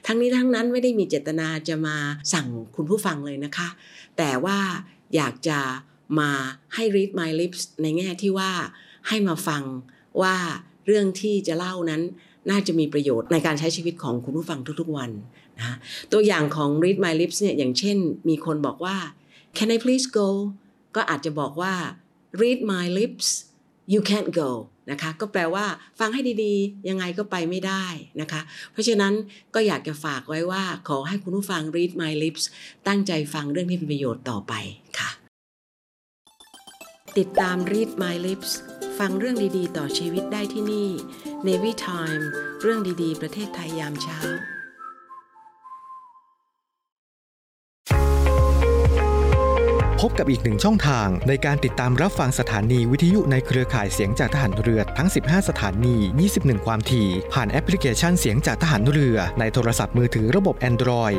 E: ทั้งนี้ทั้งนั้นไม่ได้มีเจตนาจะมาสั่งคุณผู้ฟังเลยนะคะ แต่ว่าอยากจะมาให้ read my lips ในแง่ที่ว่าให้มาฟังว่าเรื่องที่จะเล่านั้น น่าจะมีประโยชน์ในการใช้ชีวิตของคุณผู้ฟังทุกๆวันนะตัวอย่างของ read my lips เนี่ยอย่างเช่น มีคนบอกว่า can I please go ก็อาจจะบอกว่า read my lips you can't go นะคะก็แปลว่าฟังให้ดีๆ ยังไงก็ไปไม่ได้นะคะ เพราะฉะนั้นก็อยากจะฝากไว้ว่า ขอให้คุณผู้ฟัง read my lips ตั้งใจฟังเรื่องที่เป็นประโยชน์ต่อไปค่ะ ติดตาม read my lips ฟังเรื่องดีๆ ต่อชีวิตได้ที่นี่ Navy Time เรื่องดีๆ ประเทศไทยยามเช้า
F: พบกับอีกหนึ่งช่องทางในการติดตามรับฟังสถานีวิทยุในเครือข่ายเสียงจากทหารเรือทั้ง 15 สถานี 21 ความถี่ ผ่านแอปพลิเคชันเสียงจากทหารเรือในโทรศัพท์มือถือระบบ Android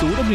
G: ศูนย์อำน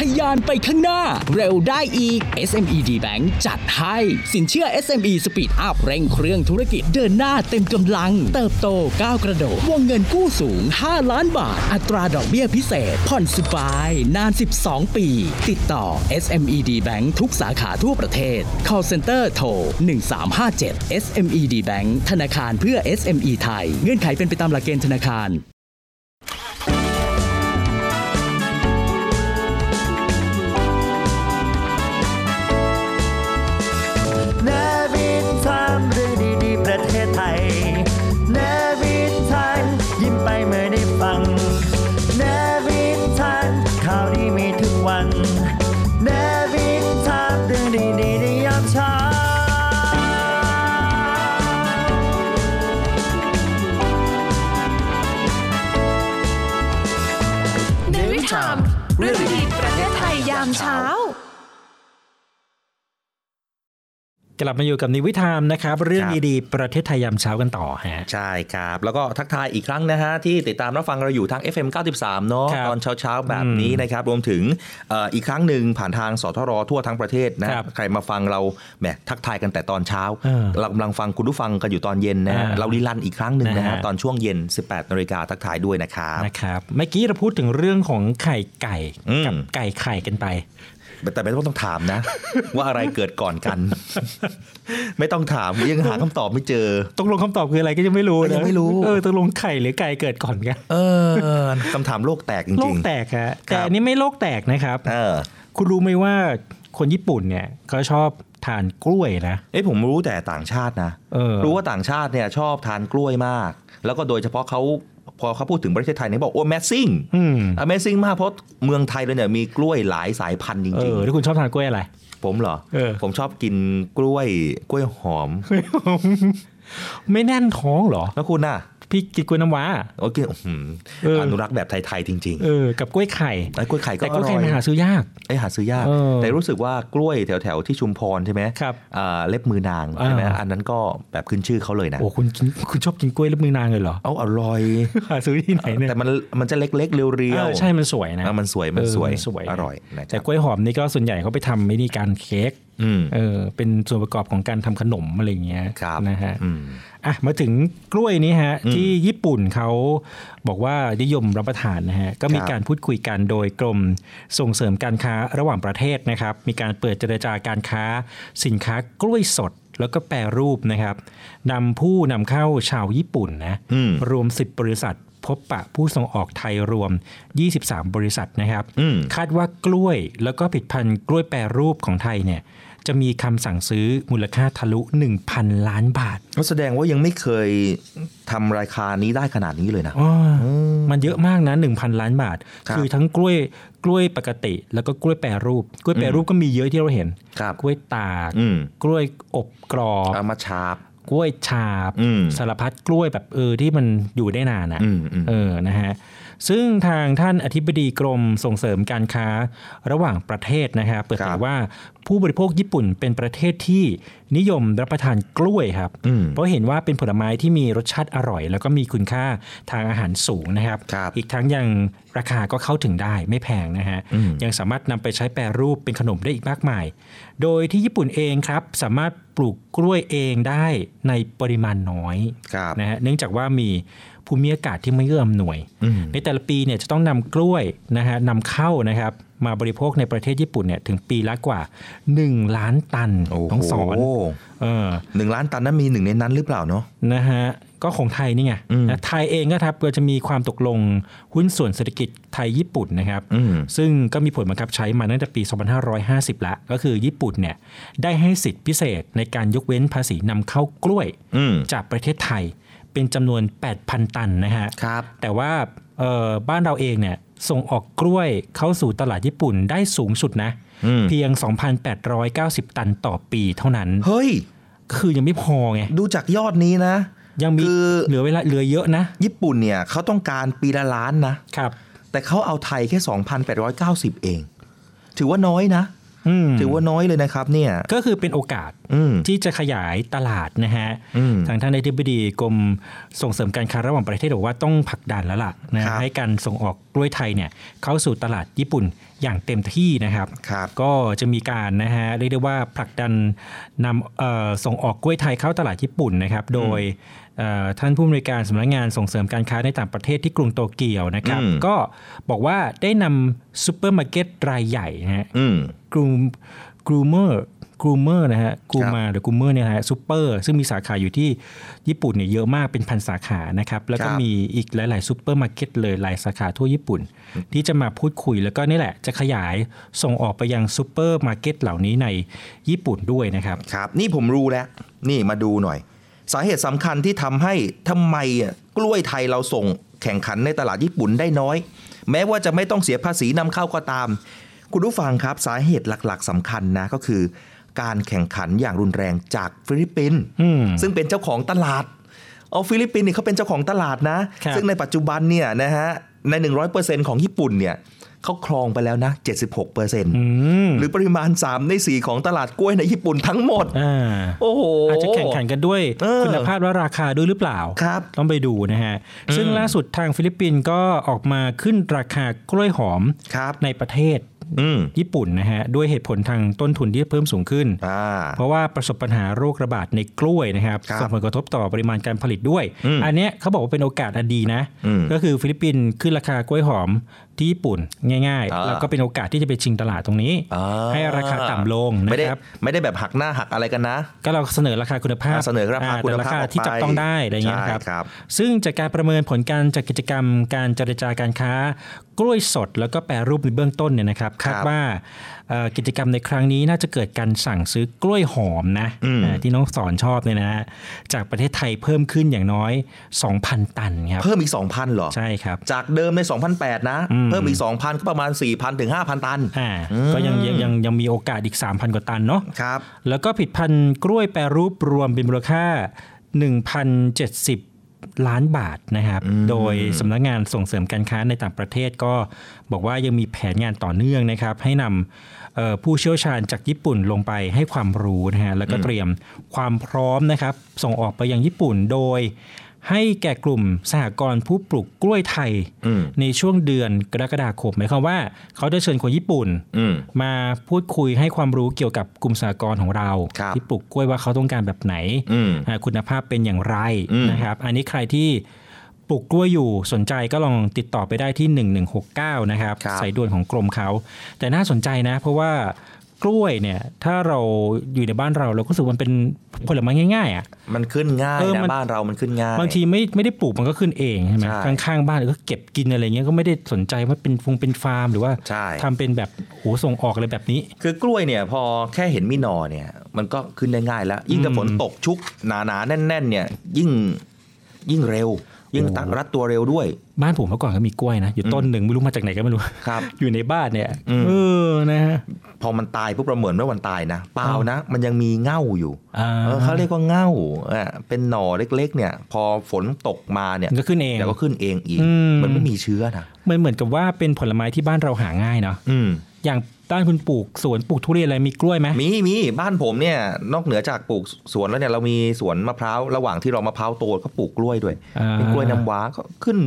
H: ทะยานไปข้างหน้า เร็วได้อีก SME D Bank จัดให้ สินเชื่อ SME Speed Up เร่งเครื่องธุรกิจเดินหน้าเต็มกำลัง เติบโตก้าวกระโดดวงเงินกู้สูง 5 ล้านบาท อัตราดอกเบี้ยพิเศษ ผ่อนสบาย นาน 12 ปี ติดต่อ SME D Bank ทุกสาขาทั่วประเทศ call center โทร 1357 SME D Bank ธนาคารเพื่อ SME ไทย เงื่อนไขเป็นไปตามหลักเกณฑ์ธนาคาร
A: นวินทามเรื่องดีๆประเทศไทยนวินทานยิ้มไปเมื่อได้ฟังนวินทานข่าวดีมีทุกวันนวินทามเรื่องดีๆในยามเช้า
B: ในวิถามเรื่องดีๆประเทศไทยยามเช้า
C: กลับมาอยู่กับนิวิธามนะครับเรื่อง
D: ครับ
C: ดีๆประเทศไทยยามเช้ากันต่อฮะ
D: ใช่ครับ แล้วก็ทักทายอีกครั้งนะฮะ ที่ติดตามรับฟังเราอยู่ทาง FM 93 เนาะ
C: ครับ
D: ตอนเช้าๆ แบบนี้นะครับ รวมถึงเอ่ออีกครั้งหนึ่งผ่านทางสทรทั่วทั้งประเทศนะครับ ใครมาฟังเราแหมทักทายกันแต่ตอนเช้า
C: เออ
D: เรากำลังฟังคุณผู้ฟังกันอยู่ตอนเย็นนะฮะ
C: เออ
D: เรารีลันอีกครั้งหนึ่งนะ
C: นะ
D: ฮะ
C: ฮะ
D: ตอนช่วงเย็น 18นาฬิกาทักทายด้วยนะครับ
C: นะครับเมื่อกี้เราพูดถึงเรื่องของไข่ไก่
D: อืม
C: กัไก่ไข่กันไป
D: แต่ไม่ต้องถามนะ ว่าอะไรเกิดก่อน กัน ไม่ต้องถามยังหาคำตอบไม่เจอ
C: ตกลงคำตอบคืออะไรก็ยังไม่รู้
D: ยั
C: นะ
D: งไม่รู้
C: เออตกลงไข่หรือไก่เกิดก่อนกัน
D: เออคำถามโลกแตกจ
C: โล
D: ริ
C: ก
D: ง
C: แตกฮะ
D: ครั
C: แต่
D: บ
C: อันนี้ไม่โลกแตกนะครับ
D: ๆเออ
C: คุณรู้ไหมว่าคนญี่ปุ่นเนี่ยเขาชอบทานกล้วยนะ
D: เอ้ยผมรู้แต่ต่างชาตินะ
C: เออ
D: รู้ว่าต่างชาติเนี่ยชอบทานกล้วยมาก แล้วก็โดยเฉพาะเขาพอเขาพูดถึงประเทศไทยเนี่ยบอกโอ้แมสซิ่ง
C: อืม
D: อเมซิ่งมากเพราะเมืองไทยเลยเนี่ยมีกล้วยหลายสายพันธุ์จ
C: เอ
D: ริง
C: อแล้วคุณชอบทานกล้วยอะไร
D: ๆ ผมเหรอ
C: เออ
D: ผมชอบกินกล้วยกล้วยหอม
C: ไม่แน่นท้องเหรอ
D: แล้วคุณน่ะ
C: พี่กินกล้วยน้ำว้า
D: โอเคอื้อหือ
C: เอออ
D: นุรักษ์แบบไทย ๆ จริง
C: เออกับกล้วยไข่
D: ๆไอ้กล้วยไข่ก็
C: แต่
D: อก
C: ล้วย
D: ร่
C: ไข่
D: อย
C: มันหาซื้อยาก
D: ไอ้หาซื้อยาก
C: เออ
D: แต่รู้สึกว่ากล้วยแถวๆที่ชุมพรใช่ไหม
C: ครับ
D: อ่าเล็บมือนางใช่ไหม
C: อ่า
D: อันนั้นก็แบบขึ้นชื่อเขาเลยนะ
C: โอ้คุณกินคุณชอบกินกล้วยแล้วมือนางเลยเหรอ
D: เอาอร่อย
C: หาซื้อที่ไหนเนี่ย
D: แต่มันมันจะเล็กๆ เรียว
C: เออ
D: ๆ
C: ใช่มันสวยนะ
D: อ่ะมันสวยมัน
C: เออ
D: สวย
C: สวย
D: อร่อยนะค
C: แต่
D: รับ
C: กล้วยหอมนี่ก็ส่วนใหญ่เขาไปทำไม่นี่การเค้ก
D: อืม
C: เออเป็นส่วนประกอบของการทำขนมอะไรอย่างเงี้ย
D: ครับ
C: นะฮะ
D: อืม
C: อ่ะมาถึงกล้วยนี้ฮะ
D: อืม
C: ที่ญี่ปุ่นเขาบอกว่านิยมรับประทานนะฮะก็มี
D: ครับ
C: การพูดคุยกันโดยกรมส่งเสริมการค้าระหว่างประเทศนะครับ มีการเปิดเจรจาการค้าสินค้ากล้วยสดแล้วก็แปรรูปนะครับนำผู้นำเข้าชาวญี่ปุ่นนะ
D: อืม
C: รวม 10 บริษัท พบปะผู้ส่งออกไทยรวม 23 บริษัทนะครับ
D: อืม
C: คาดว่ากล้วยแล้วก็ผลิตภัณฑ์กล้วยแปรรูปของไทยเนี่ยจะมีคำสั่งซื้อมูลค่าทะลุ 1,000 ล้านบาท
D: ก็แสดงว่ายังไม่เคยทำราคานี้ได้ขนาดนี้เลยนะ
C: อ้อมันเยอะมากนะ 1,000 ล้านบาท
D: ครับ
C: อทั้งกล้วยกล้วยปกติ แล้วก็กล้วยแปรรูป กล้วยแปรรูปก็มีเยอะที่เราเห็น
D: ครับ
C: กล้วยตาก
D: อืม
C: กล้วยอบกรอบ
D: เอามาชาบ
C: กล้วยฉาบ
D: อืม
C: สารพัดกล้วยแบบเออที่มันอยู่ได้นานนะ
D: อืมอืม
C: เออนะฮะซึ่งทางท่านอธิบดีกรมส่งเสริมการค้าระหว่างประเทศนะฮะเปิดเผยว่าผู้บริโภคญี่ปุ่นเป็นประเทศที่นิยมรับประทานกล้วยครับ
D: อืม
C: เพราะเห็นว่าเป็นผลไม้ที่มีรสชาติอร่อย แล้วก็มีคุณค่าทางอาหารสูงนะครับ
D: ครับ
C: อีกทั้งยังราคาก็เข้าถึงได้ไม่แพงนะฮะ
D: อืม
C: ยังสามารถนำไปใช้แปรรูปเป็นขนมได้อีกมากมาย โดยที่ญี่ปุ่นเองครับ สามารถปลูกกล้วยเองได้ในปริมาณน้อย
D: ครับ
C: นะฮะเนื่องจากว่ามีภูมิอากาศที่ไม่เอื้ออำนวย
D: อืม
C: ในแต่ละปีเนี่ยจะต้องนำกล้วยนะฮะนำเข้านะครับ มาบริโภคในประเทศญี่ปุ่นเนี่ยถึงปีละกว่า 1 ล้านตัน
D: โอ้โห
C: ต้องสอนเออ
D: หนึ่งล้านตันนั้นมีหนึ่งในนั้นหรือเปล่าเนาะ
C: นะฮะ ก็ของไทยนี่ไงนะไทยเองก็ครับก็จะมีความตกลงหุ้นส่วนเศรษฐกิจไทยญี่ปุ่นนะครับ ซึ่งก็มีผลบังคับใช้มาตั้งแต่ปี 2550 แล้ว ก็คือญี่ปุ่นเนี่ยได้ให้สิทธิพิเศษในการยกเว้นภาษีนำเข้ากล้วย
D: อืม
C: จากประเทศไทยเป็นจำนวน 8,000 ตันนะฮะ
D: ครับ
C: แต่ว่าเอ่อบ้านเราเองเนี่ยส่งออกกล้วยเข้าสู่ตลาดญี่ปุ่นได้สูงสุดนะ
D: อืม
C: เพียง 2,890 ตันต่อปีเท่านั้น
D: เฮ้ย
C: คือยังไม่พอไง
D: ดูจากยอดนี้นะ
C: ยังมี
D: คือ
C: เหลือเวลาเหลือเยอะนะ
D: ญี่ปุ่นเนี่ยเขาต้องการปีละล้านนะ
C: ครับ
D: แต่เขาเอาไทยแค่ 2,890 เอง ถือว่าน้อยนะ
C: อืม
D: ถือว่าน้อยเลยนะครับเนี่ย
C: ก็คือเป็นโอกาส
D: อืม
C: ที่จะขยายตลาดนะฮะ
D: อืม
C: ทางท่านอธิบดีกรมส่งเสริมการค้าระหว่างประเทศบอกว่าต้องผลักดันแล้วล่ะนะครับ ให้การส่งออกกล้วยไทยเนี่ยเข้าสู่ตลาดญี่ปุ่นอย่างเต็มที่นะครับ
D: ครับ
C: ก็จะมีการนะฮะเรียกได้ว่าผลักดันนำเอ่อส่งออกกล้วยไทยเข้าตลาดญี่ปุ่นนะครับ โดยเอ่อท่านผู้อำนวยการสำนักงานส่งเสริมการค้าในต่างประเทศที่กรุงโตเกียวนะครับ
D: อืม
C: ก็บอกว่าได้นำซูเปอร์มาร์เก็ตรายใหญ่นะฮะ
D: อืม
C: กรูมกรูเมอร์กรูเมอร์นะฮะกรูมาหรือกรูเมอร์เนี่ยนะฮะซูเปอร์ซึ่งมีสาขาอยู่ที่ญี่ปุ่นเนี่ยเยอะมากเป็นพันสาขานะครับ แล้วก็
D: ครับ
C: มีอีกหลาย ๆซูเปอร์มาร์เก็ตเลยหลายสาขาทั่วญี่ปุ่น ที่จะมาพูดคุยแล้วก็นี่แหละจะขยายส่งออกไปยังซูเปอร์มาร์เก็ตเหล่านี้ในญี่ปุ่นด้วยนะครับ
D: ครับ นี่ผมรู้แล้ว นี่มาดูหน่อย สาเหตุสำคัญที่ทำให้ทำไมอ่ะกล้วยไทยเราส่งแข่งขันในตลาดญี่ปุ่นได้น้อย แม้ว่าจะไม่ต้องเสียภาษีนำเข้าก็ตาม คุณผู้ฟังครับ สาเหตุหลักๆสำคัญนะก็คือ การแข่งขันอย่างรุนแรงจากฟิลิปปินส์
C: อืม
D: ซึ่งเป็นเจ้าของตลาด เอาฟิลิปปินส์เนี่ยเขาเป็นเจ้าของตลาดนะ
C: ครับ
D: ซึ่งในปัจจุบันเนี่ยนะฮะใน 100%ของญี่ปุ่นเนี่ยเขาครองไปแล้วนะ 76%
C: อืม
D: หรือปริมาณ 3 ใน 4 ของตลาดกล้วยในญี่ปุ่นทั้งหมด
C: อ่า
D: โอ้โห
C: อาจจะแข่งขันกันด้วย
D: เออ
C: คุณภาพและราคาด้วยหรือเปล่า
D: ครับ
C: ต้องไปดูนะฮะ ซึ่ง
D: อืม
C: ล่าสุดทางฟิลิปปินส์ก็ออกมาขึ้นราคากล้วยหอม
D: ครับ
C: ในประเทศ
D: อืม
C: ญี่ปุ่นนะฮะด้วยเหตุผลทางต้นทุนที่เพิ่มสูงขึ้น
D: อ่า
C: เพราะว่าประสบปัญหาโรคระบาดในกล้วยนะครับ
D: ครับ
C: ส่งผลกระทบต่อปริมาณการผลิตด้วย
D: อืม
C: อันเนี้ยเขาบอกว่าเป็นโอกาสอันดีนะ
D: อืม
C: ก็คือฟิลิปปินส์ขึ้นราคากล้วยหอมที่ญี่ปุ่นง่าย
D: อ่า
C: ๆ แล้วก็เป็นโอกาสที่จะไปชิงตลาดตรงนี้
D: อ่า
C: ให้ราคาต่ำลง
D: ไม่ได้
C: นะครับ
D: ไม่ได้แบบหักหน้าหักอะไรกันนะ
C: ก็เราเสนอราคาคุณภาพ
D: อ่าเสนอราคา
C: แต่
D: คุณภาพ
C: ราคาที่
D: ออกไป
C: จับต้องได้อะไรอย่างเงี้ยนะครับ
D: ใช่ครับ
C: ซึ่งจากการประเมินผลการจัดกิจกรรมการเจรจาการค้ากล้วยสด แล้วก็แปรรูปในเบื้องต้นเนี่ยนะครับคาดว่าเอ่อกิจกรรมในครั้งนี้น่าจะเกิดการสั่งซื้อกล้วยหอมนะอ่าที่น้องสอนชอบเนี่ยนะฮะจากประเทศไทยเพิ่มขึ้นอย่างน้อย 2,000 ตันครับ
D: เพิ่มอีก 2,000เหรอ
C: ใช่ครับ
D: จากเดิมใน 2,008 นะ
C: อืม
D: เพิ่มอีก 2,000 ก็ประมาณ 4,000 ถึง 5,000 ตัน
C: อ่าก็ยังยังยังยังมีโอกาสอีก 3,000 กว่าตันเนาะ
D: ครับ
C: แล้วก็ผลิดพันธุ์กล้วยแปรรูปรวมเป็นมูลค่า 1,070 ล้านบาทนะครับ โดยสำนักงานส่งเสริมการค้าในต่างประเทศก็บอกว่ายังมีแผนงานต่อเนื่องนะครับ ให้นำเอ่อผู้เชี่ยวชาญจากญี่ปุ่นลงไปให้ความรู้นะฮะแล้วก็เตรียมความพร้อมนะครับ ส่งออกไปยังญี่ปุ่นโดย ให้แก่กลุ่มสหกรณ์ผู้ปลูกกล้วยไทย
D: อืม
C: ในช่วงเดือนกรกฎาคมหมายความว่า เขาจะเชิญคนญี่ปุ่น
D: อืม
C: มาพูดคุยให้ความรู้เกี่ยวกับกลุ่มสหกรณ์ของเรา
D: ครับ
C: ที่ปลูกกล้วยว่าเขาต้องการแบบไหน
D: อืม
C: อ่าคุณภาพเป็นอย่างไร
D: อืม
C: นะครับ อันนี้ใครที่ปลูกกล้วยอยู่สนใจก็ลองติดต่อไปได้ที่ 1169 นะครับ
D: ครับ
C: สายด่วนของกรมเขา แต่น่าสนใจนะ เพราะว่ากล้วยเนี่ยถ้าเราอยู่ในบ้านเราเราก็รู้สึกมันเป็นผลไม้ง่ายๆอ่ะ
D: มันขึ้นง่าย
C: เออ
D: นะ
C: มัน
D: บ้านเรามันขึ้นง่าย
C: บางทีไม่ไม่ได้ปลูกมันก็ขึ้นเองใช่ไหม
D: ใช่
C: ข้างๆบ้านก็เก็บกินอะไรเงี้ยก็ไม่ได้สนใจว่าเป็นฟงเป็นฟาร์ม หรือว่า
D: ใช่
C: ทำเป็นแบบโหส่งออกอะไรแบบนี้
D: คือกล้วยเนี่ยพอแค่เห็นมีหนอเนี่ยมันก็ขึ้นได้ง่ายแล้ว ยิ่งถ้าฝนตกชุกหนาๆ แน่น ๆ เนี่ยยิ่งยิ่งเร็ว ยิ่งตั้งรัดตัวเร็วด้วย
C: บ้านผมเมื่อก่อนก็มีกล้วยนะ อยู่ต้นหนึ่งไม่รู้มาจากไหนก็ไม่รู้
D: ครับ
C: อยู่ในบ้านเนี่ย
D: อืม
C: เออนะฮะ
D: พอมันตายปุ๊บเราเหมือนว่ามันตายนะเปล่านะ มันยังมีเง่าอยู่
C: อ่า
D: เออเขาเรียกว่าเง่าอ่ะเป็นหน่อเล็กๆ เนี่ย พอฝนตกมาเนี่ย
C: มันก็ขึ้นเอง
D: เดี๋ยวก็ขึ้นเองอีก
C: อืม
D: มันไม่มีเชื้อนะ
C: มันเหมือนกับว่าเป็นผลไม้ที่บ้านเราหาง่ายเนาะ
D: อืม
C: อย่างบ้านคุณปลูกสวนปลูกทุเรียนอะไรมีกล้วยไหม
D: มีมีบ้านผมเนี่ยนอกเหนือจากปลูกสวนแล้วเนี่ยเรามีสวนมะพร้าวระหว่างที่รอมะพร้าวโตก็ปลูกกล้วยด้วย
C: อ่า
D: เป็นกล้วยน้ำว้าก็ขึ้น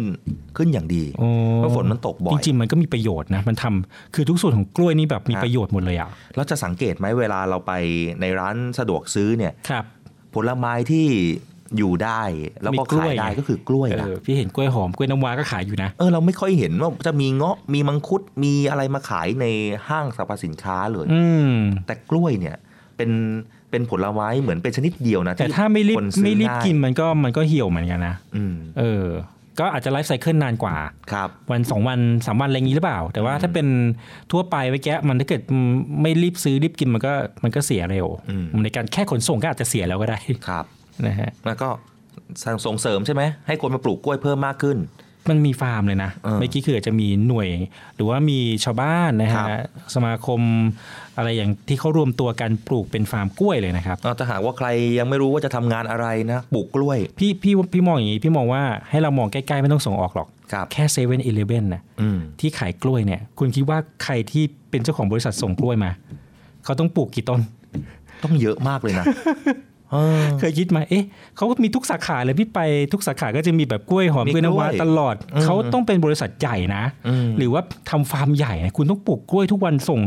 D: ขึ้นอย่างดี
C: โอ้
D: เพราะฝนมันตกบ่อย
C: จริงๆมันก็มีประโยชน์นะมันทำคือทุกส่วนของกล้วยนี่แบบมี
D: ครับ
C: ประโยชน์หมดเลยอ่ะ
D: แล้วจะสังเกตไหมเวลาเราไปในร้านสะดวกซื้อเนี่ย
C: ครับ
D: ผลไม้ที่อยู่ได้ แล้วก็
C: มีกล้
D: ขา
C: วย
D: ยได้
C: ไง
D: ก็คือกล้วย
C: เอ
D: นะ
C: อพี่เห็นกล้วยหอมกล้วยน้ำว้าก็ขายอยู่นะ
D: เออเราไม่ค่อยเห็นว่าจะมีเงาะมีมังคุดมีอะไรมาขายในห้างสรรพสินค้าเลย
C: อืม
D: แต่กล้วยเนี่ยเป็น เป็นผลไม้เหมือนเป็นชนิดเดียวนะ
C: แต่
D: ที่
C: ถ้าไม่รีบ
D: คนซื้อ
C: ไม่รีบ
D: ง่าย
C: กินมันก็มันก็เหี่ยวเหมือนกันนะ
D: อืม
C: เออ ก็อาจจะไลฟ์ไซเคิลนานกว่า
D: ครับ
C: วันสองวันสามวันอะไรอย่างนี้หรือเปล่า แต่ว่าถ้าเป็นทั่วไปไว้แกะมันถ้าเกิดไม่รีบซื้อรีบกินมันก็มันก็เสียเร็ว
D: อืม
C: ในการแค่ขนส่งก็อาจจะเสียแล้วก็ได้
D: ครับ
C: นะฮะ
D: แล้วก็ส่งเสริมใช่ไหมให้คนมาปลูกกล้วยเพิ่มมากขึ้น
C: มันมีฟาร์มเลยนะ
D: เออ
C: เมื่อกี้คืออาจจะมีหน่วย หรือว่ามีชาวบ้านนะ
D: ครั
C: ฮะ
D: บ
C: สมาคมอะไรอย่างที่เขารวมตัวกันปลูกเป็นฟาร์มกล้วยเลยนะครับ
D: เอาถ้าหากว่าใครยังไม่รู้ว่าจะทำงานอะไรนะปลูกกล้วย
C: พี่พี่พี่มองอย่างนี้พี่มองว่าให้เรามองใกล้ๆไม่ต้องส่งออกหรอก
D: ครับ
C: แค่เซเว่นอีเลเว่นนะ
D: อืม
C: ที่ขายกล้วยเนี่ย คุณคิดว่าใครที่เป็นเจ้าของบริษัทส่งกล้วยมาเขาต้องปลูกกี่ต้น
D: ต้องเยอะมากเลย นะเออ
C: เคยคิดไหมาเอ๊ะเขาก็มีทุกสาขาเลยพี่ไปทุกสาขาก็จะมีแบบกล้วยหอม
D: มี
C: กล้วยน้ำว้า
D: ด้วย
C: ตลอด เขาต้องเป็นบริษัทใหญ่นะ
D: ม
C: หรือว่าทำฟาร์มใหญ่นะคุณต้องปลูกกล้วยทุกวันส่ง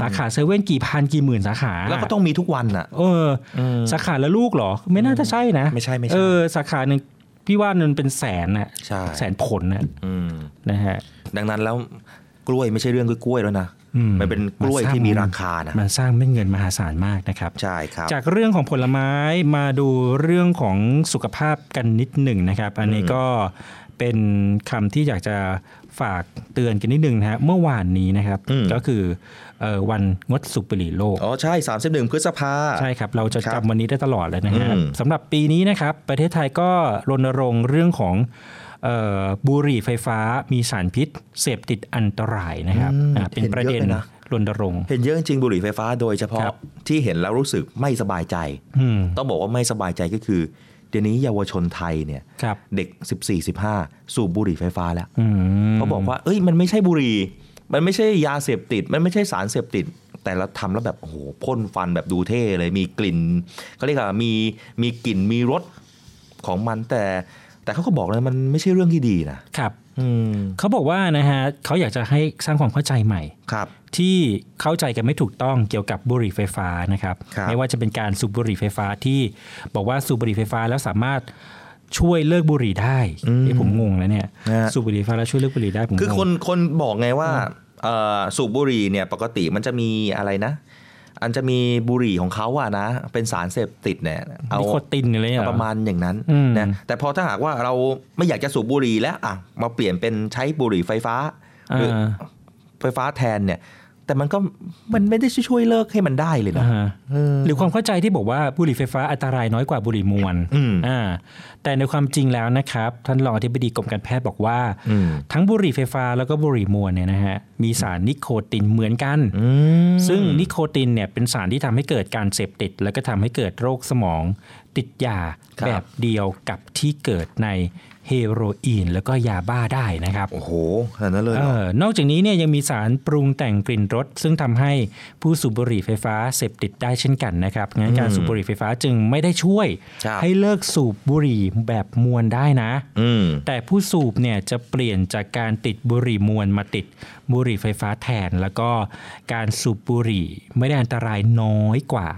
C: สาขาเซเว่นกี่พันกี่หมื่นสาขา
D: แล้วก็ต้องมีทุกวันอ่ะ
C: เอออ
D: ม
C: สาขาละลูกเหรอ ไม่น่าจะใช่นะ
D: ไม่ใช่ไม่ใช่
C: เออสาขาหนึ่งพี่ว่ามันเป็นแสนน่ะ
D: ใช่
C: แสนผลน่ะ
D: อืม
C: นะฮะ
D: ดังนั้นแล้วกล้วยไม่ใช่เรื่องกล้วยๆแล้วนะ
C: อืม
D: มันเป็นกล้วยที่มีราคานะ
C: มันสร้างเม็ดเงินมหาศาลมากนะครับ
D: ใช่ครับ
C: จากเรื่องของผลไม้มาดูเรื่องของสุขภาพกันนิดหนึ่งนะครับ อันนี้ก็เป็นคำที่อยากจะฝากเตือนกันนิดหนึ่งนะฮะเมื่อวานนี้นะครับ
D: อืม
C: ก็คือเอ่อวันงดสูบบุหรี่โลก
D: อ๋อใช่31พฤษภา
C: ใช่ครับเราจะ
D: ครับ
C: จำวันนี้ได้ตลอดเลยนะฮะ
D: อืม
C: สำหรับปีนี้นะครับ ประเทศไทยก็รณรงค์เรื่องของเอ่อบุหรี่ไฟฟ้ามีสารพิษ เสพติดอันตรายนะครับอ่ะเป็นประเด็นรณรงค์
D: เห็นเยอะจริงๆบุหรี่ไฟฟ้าโดยเฉ
C: ค
D: พาะ
C: รับ
D: ที่เห็นแล้วรู้สึกไม่สบายใจ
C: อืม
D: ต้องบอกว่าไม่สบายใจก็คือ เดี๋ยวนี้เยาวชนไทยเนี่ย
C: ครับ
D: เด็ก 14-15 สูบบุหรี่ไฟฟ้าแล้ว
C: อืม
D: เขาบอกว่า เอ้ย มันไม่ใช่บุหรี่ มันไม่ใช่ยาเสพติด มันไม่ใช่สารเสพติด แต่เราทำแล้วแบบ โอ้โห พ่นฟันแบบดูเท่เลย มีกลิ่นเขาเรียกว่ามี มีกลิ่น มีรสของมัน แต่ แต่เขาก็บอกเลยมันไม่ใช่เรื่องที่ดีนะ
C: ครับ
D: อืม
C: เขาบอกว่านะฮะเขาอยากจะให้สร้างความเข้าใจใหม่
D: ครับ
C: ที่เข้าใจกันไม่ถูกต้องเกี่ยวกับบุหรี่ไฟฟ้านะครับ
D: ครับ
C: ไม่ว่าจะเป็นการสูบบุหรี่ไฟฟ้าที่บอกว่าสูบบุหรี่ไฟฟ้าแล้วสามารถช่วยเลิกบุหรี่ได้
D: อืม
C: เอ้ผมงงแล้วเนี่ย
D: นะฮะ
C: สูบบุหรี่ไฟฟ้าแล้วช่วยเลิกบุหรี่ได้ผม
D: คือคน
C: งง
D: คนบอกไงว่าเอ่อสูบบุหรี่เนี่ย ปกติมันจะมีอะไรนะ อันจะมีบุหรี่ของเขาอะนะ เป็นสารเสพติดเนี่ยเอา
C: นิโคตินอะไรอย่างเงี้ยเหอ
D: ประมาณอย่างนั้น
C: อืม
D: นะแต่พอถ้าหากว่าเราไม่อยากจะสูบบุหรี่แล้วอ่ะมาเปลี่ยนเป็นใช้บุหรี่ไฟฟ้าหรือา ไฟฟ้าแทนเนี่ย แต่มันก็มันไม่ได้ช่วยเลิกให้มันได้เลยนะ
C: อ่าฮะหรือความเข้าใจที่บอกว่าบุหรี่ไฟฟ้าอันตรายน้อยกว่าบุหรี่มวน
D: อืม
C: อ่าแต่ในความจริงแล้วนะครับ ท่านรองอธิบดีกรมการแพทย์บอกว่า
D: อืม
C: ทั้งบุหรี่ไฟฟ้าแล้วก็บุหรี่มวนเนี่ยนะฮะมีสารนิโคตินเหมือนกัน ซึ่งนิโคตินเนี่ยเป็นสารที่ทำให้เกิดการเสพติด แล้วก็ทำให้เกิดโรคสมองติดยา
D: ครับ
C: แบบเดียวกับที่เกิดในเฮโรอีนแล้วก็ยาบ้าได้นะครับ
D: โอ้โหขนาดนั้นเลยเหรอ
C: เออนอกจากนี้เนี่ยยังมีสารปรุงแต่งกลิ่นรสซึ่งทำให้ผู้สูบบุหรี่ไฟฟ้าเสพติดได้เช่นกันนะครับงั้นการสูบบุหรี่ไฟฟ้าจึงไม่ได้ช่วย
D: ครับ
C: ให้เลิกสูบบุหรี่แบบมวนได้นะ
D: อืม
C: แต่ผู้สูบเนี่ยจะเปลี่ยนจากการติดบุหรี่มวนมาติดบุหรี่ไฟฟ้าแทน แล้วก็การสูบบุหรี่ไม่ได้อันตรายน้อยกว่า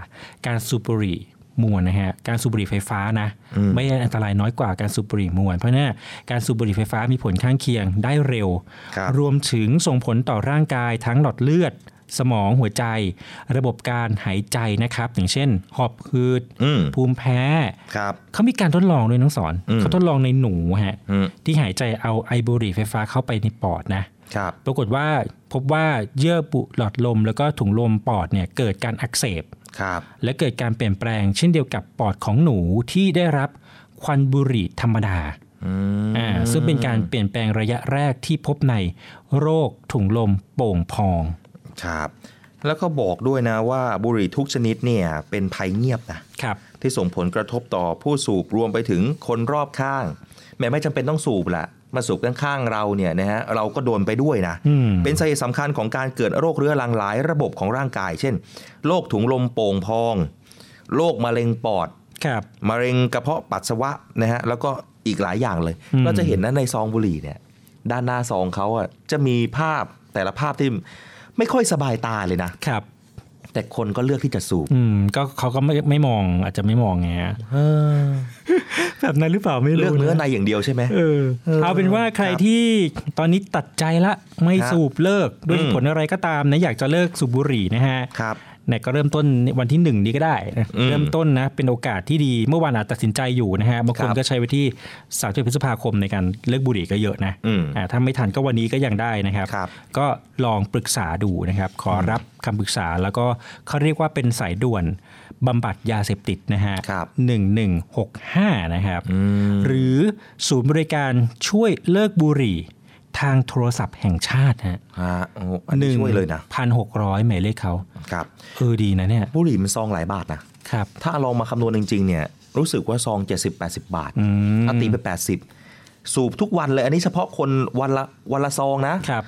C: การสูบบุหรี่มวนนะฮะการสูบบุหรี่ไฟฟ้านะไม่ได้อันตรายน้อยกว่าการสูบบุหรี่มวน เพราะฉะนั้นการสูบบุหรี่ไฟฟ้ามีผลข้างเคียงได้เร็ว
D: ครับ
C: รวมถึงส่งผลต่อร่างกายทั้งหลอดเลือด สมองหัวใจ ระบบการหายใจนะครับ อย่างเช่น หอบหืด
D: อืม
C: ภูมิแพ้
D: ครับ
C: เขามีการทดลองด้วยน้องสอน
D: อืม
C: เขาทดลองในหนูฮะ
D: อืม
C: ที่หายใจเอาไอบุหรี่ไฟฟ้าเข้าไปในปอดนะ
D: ครับ
C: ปรากฏว่าพบว่าเยื่อบุหลอดลม แล้วก็ถุงลมปอดเนี่ยเกิดการอักเสบ
D: ครับ
C: และเกิดการเปลี่ยนแปลง เช่นเดียวกับปอดของหนูที่ได้รับควันบุหรี่ธรรมดา
D: อืม
C: อ่าซึ่งเป็นการเปลี่ยนแปลงระยะแรกที่พบในโรคถุงลมโป่งพอง
D: ครับ แล้วก็บอกด้วยนะว่าบุหรี่ทุกชนิดเนี่ยเป็นภัยเงียบนะ
C: ครับ
D: ที่ส่งผลกระทบต่อผู้สูบรวมไปถึงคนรอบข้าง แม้ไม่จำเป็นต้องสูบละมาสูบข้างๆเราเนี่ยนะฮะเราก็โดนไปด้วยนะ
C: อืม
D: เป็นสาเหตุสำคัญของการเกิดโรคเรื้อรังหลายระบบของร่างกาย เช่นโรคถุงลมโป่งพองโรคมะเร็งปอด
C: ครับ
D: มะเร็งกระเพาะปัสสาวะนะฮะแล้วก็อีกหลายอย่างเลย
C: อืม
D: เราจะเห็นนะในซองบุหรี่เนี่ยด้านหน้าซองเขาอ่ะจะมีภาพแต่ละภาพที่ไม่ค่อยสบายตาเลยนะ
C: ครับ
D: แต่คนก็เลือกที่จะสูบ
C: อืม ก็เขาก็ไม่ไม่มองอาจจะไม่มองไงฮะแบบนั้นหรือเปล่าไม่รู้
D: เลือกเนื้อะ ในอย่างเดียวใช่ไหม
C: เออเอาเป็นว่าใคร
D: ครับ
C: ที่ตอนนี้ตัดใจละไม่
D: ครับ
C: สูบเลิกด้วย
D: อืม
C: ผลอะไรก็ตามนะอยากจะเลิกสูบบุหรี่นะฮะ
D: ครับ
C: เนี่ยก็เริ่มต้นวันที่หนึ่งนี้ก็ได้นะ
D: อืม
C: เริ่มต้นนะเป็นโอกาสที่ดีเมื่อวานอาจตัดสินใจอยู่นะฮะบางคน
D: ครับ
C: ก็ใช้ไว้ที่สามพฤษภาคมในการเลิกบุหรี่ก็เยอะนะ
D: อืม
C: อ่าถ้าไม่ทันก็วันนี้ก็ยังได้นะครับ
D: ครับ
C: ก็ลองปรึกษาดูนะครับ ขอรับคำปรึกษาแล้วก็เขาเรียกว่าเป็นสายด่วนบำบัดยาเสพติดนะฮะ
D: ครับ
C: 1165 นะครับ หรือศูนย์บริการช่วยเลิกบุหรี่ ทางโทรศัพท์แห่งชาติฮะ
D: ฮะโอ้โหอันนี้ช่วยเลยนะ
C: พันหกร้อยหมายเลขเขา
D: ครับ
C: เออดีนะเนี่ย
D: บุหรี่มันซองหลายบาทนะ
C: ครับ
D: ถ้าลองมาคำนวณจริงๆเนี่ยรู้สึกว่าซอง 70-80 บาท
C: อืม
D: ตีไป 80 สูบทุกวันเลยอันนี้เฉพาะคนวันละวันละซองนะครับ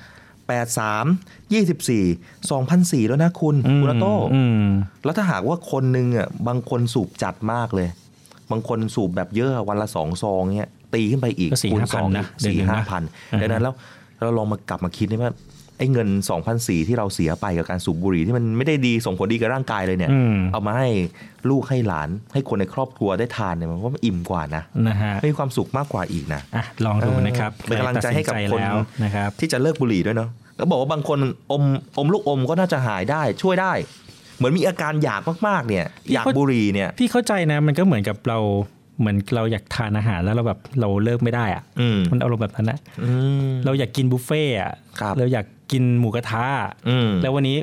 D: 83 24 2,400แล้วนะคุณคุณอาโต้
C: อืม
D: แล้วถ้าหากว่าคนหนึงอ่ะบางคนสูบจัดมากเลย บางคนสูบแบบเยอะวันละสองซองเนี่ยตีขึ้นไปอีก
C: ก็4-5,000
D: คูณสอง
C: นะ
D: สี่
C: เดือนหนึ่งนะ
D: ห้าพัน
C: อ่าฮะ
D: ดังนั้นแล้วเราลองมากลับมาคิดนี่ว่าไอ้เงิน 2,400ที่เราเสียไปกับการสูบบุหรี่ที่มันไม่ได้ดีส่งผลดีกับร่างกายเลยเนี่ย
C: อืม
D: เอามาให้ลูกให้หลานให้คนในครอบครัวได้ทานเนี่ยมันว่ามันอิ่มกว่านะ
C: นะฮะ
D: มีความสุขมากกว่าอีกนะ
C: อ่ะลองดูนะครับ
D: เออเป็นกำลังใจให้กับ
C: ใร
D: ค
C: ตัดสิ
D: น
C: นแล้วนะครับ
D: ที่จะเลิกบุหรี่ด้วยเนาะก็บอกว่าบางคนอมอมลูกอมก็น่าจะหายได้ช่วยได้ เหมือนมีอาการอยากมากๆเนี่ย
C: พี่
D: อยาก
C: เข้า
D: บุหรี่เนี่ย
C: พี่เข้าใจนะมันก็เหมือนกับเราเหมือนเราอยากทานอาหารแล้วเราแบบเราเลิกไม่ได้อะ
D: อืม
C: มันอารมณ์แบบนั้นนะ
D: อืม
C: เราอยากกินบุฟเฟ่ต์อะ
D: ครับ
C: เราอยากกินหมูกระทะ
D: อืม
C: แล้ววันนี้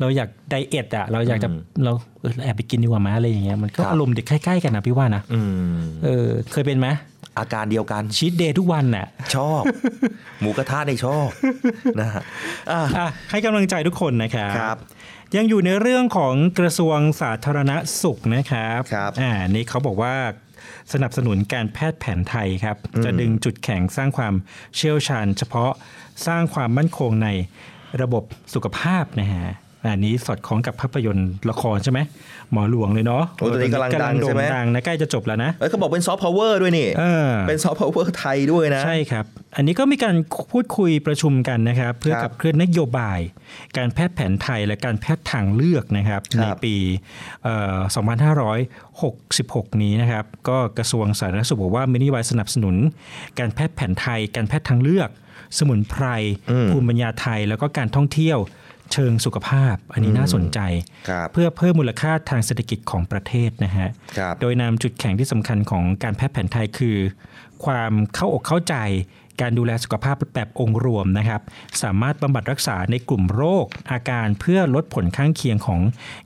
C: เราอยากไดเอทอะเราอยากจะ
D: อืม
C: เราเออแอบไปกินดีกว่าไหมอะไรอย่างเงี้ยมันก็
D: ครับ
C: อารมณ์เด็กใกล้ๆกันนะพี่ว่านะ
D: อืม
C: เออเคยเป็นไหม
D: อาการเดียวกัน
C: ชีตเดย์ทุกวันน่ะ
D: ชอบ หมูกระทะในยชอบ นะฮะอ่ะ
C: อ่ะให้กำลังใจทุกคนนะครับ
D: ครับ
C: ยังอยู่ในเรื่องของกระทรวงสาธารณสุขนะครับ
D: ครับ
C: อ่านี่เขาบอกว่าสนับสนุนการแพทย์แผนไทยครับ จะดึงจุดแข็งสร้างความเชี่ยวชาญ เฉพาะสร้างความมั่นคงในระบบสุขภาพนะฮะอันนี้สอดคล้องกับภาพยนตร์ละครใช่ไหมหมอหลวงเลยเนาะ
D: โอ้ตอนนี้กำลังดัง
C: โด่
D: ใช่ไหม
C: ดังนะใกล้จะจบแล้วนะ
D: เอ้ยเขาบอกเป็นซอฟต์พาวเวอร์ด้วยนี่
C: เออ
D: เป็นซอฟต์พาวเวอร์ไทยด้วยนะ
C: ใช่ครับ อันนี้ก็มีการพูดคุยประชุมกันนะครับ เพื่อ
D: ครับ
C: ขับเคลื่อนนโยบาย การแพทย์แผนไทยและการแพทย์ทางเลือกนะครับ
D: ครับ
C: ในปีเอ่อ2566 นี้นะครับ ก็กระทรวงสาธารณสุขบอกว่ามีนโยบายสนับสนุน การแพทย์แผนไทย การแพทย์ทางเลือก สมุนไพรภูมิปัญญาไทย แล้วก็การท่องเที่ยวเชิงสุขภาพ อันนี้น่าสนใจ
D: ครับ
C: เพื่อเพิ่มมูลค่าทางเศรษฐกิจของประเทศนะฮะ
D: ครับ
C: โดยนำจุดแข็งที่สำคัญของการแพทย์แผนไทยคือ ความเข้าอกเข้าใจ การดูแลสุขภาพแบบองค์รวมนะครับ สามารถบำบัดรักษาในกลุ่มโรค อาการเพื่อลดผลข้างเคียงของ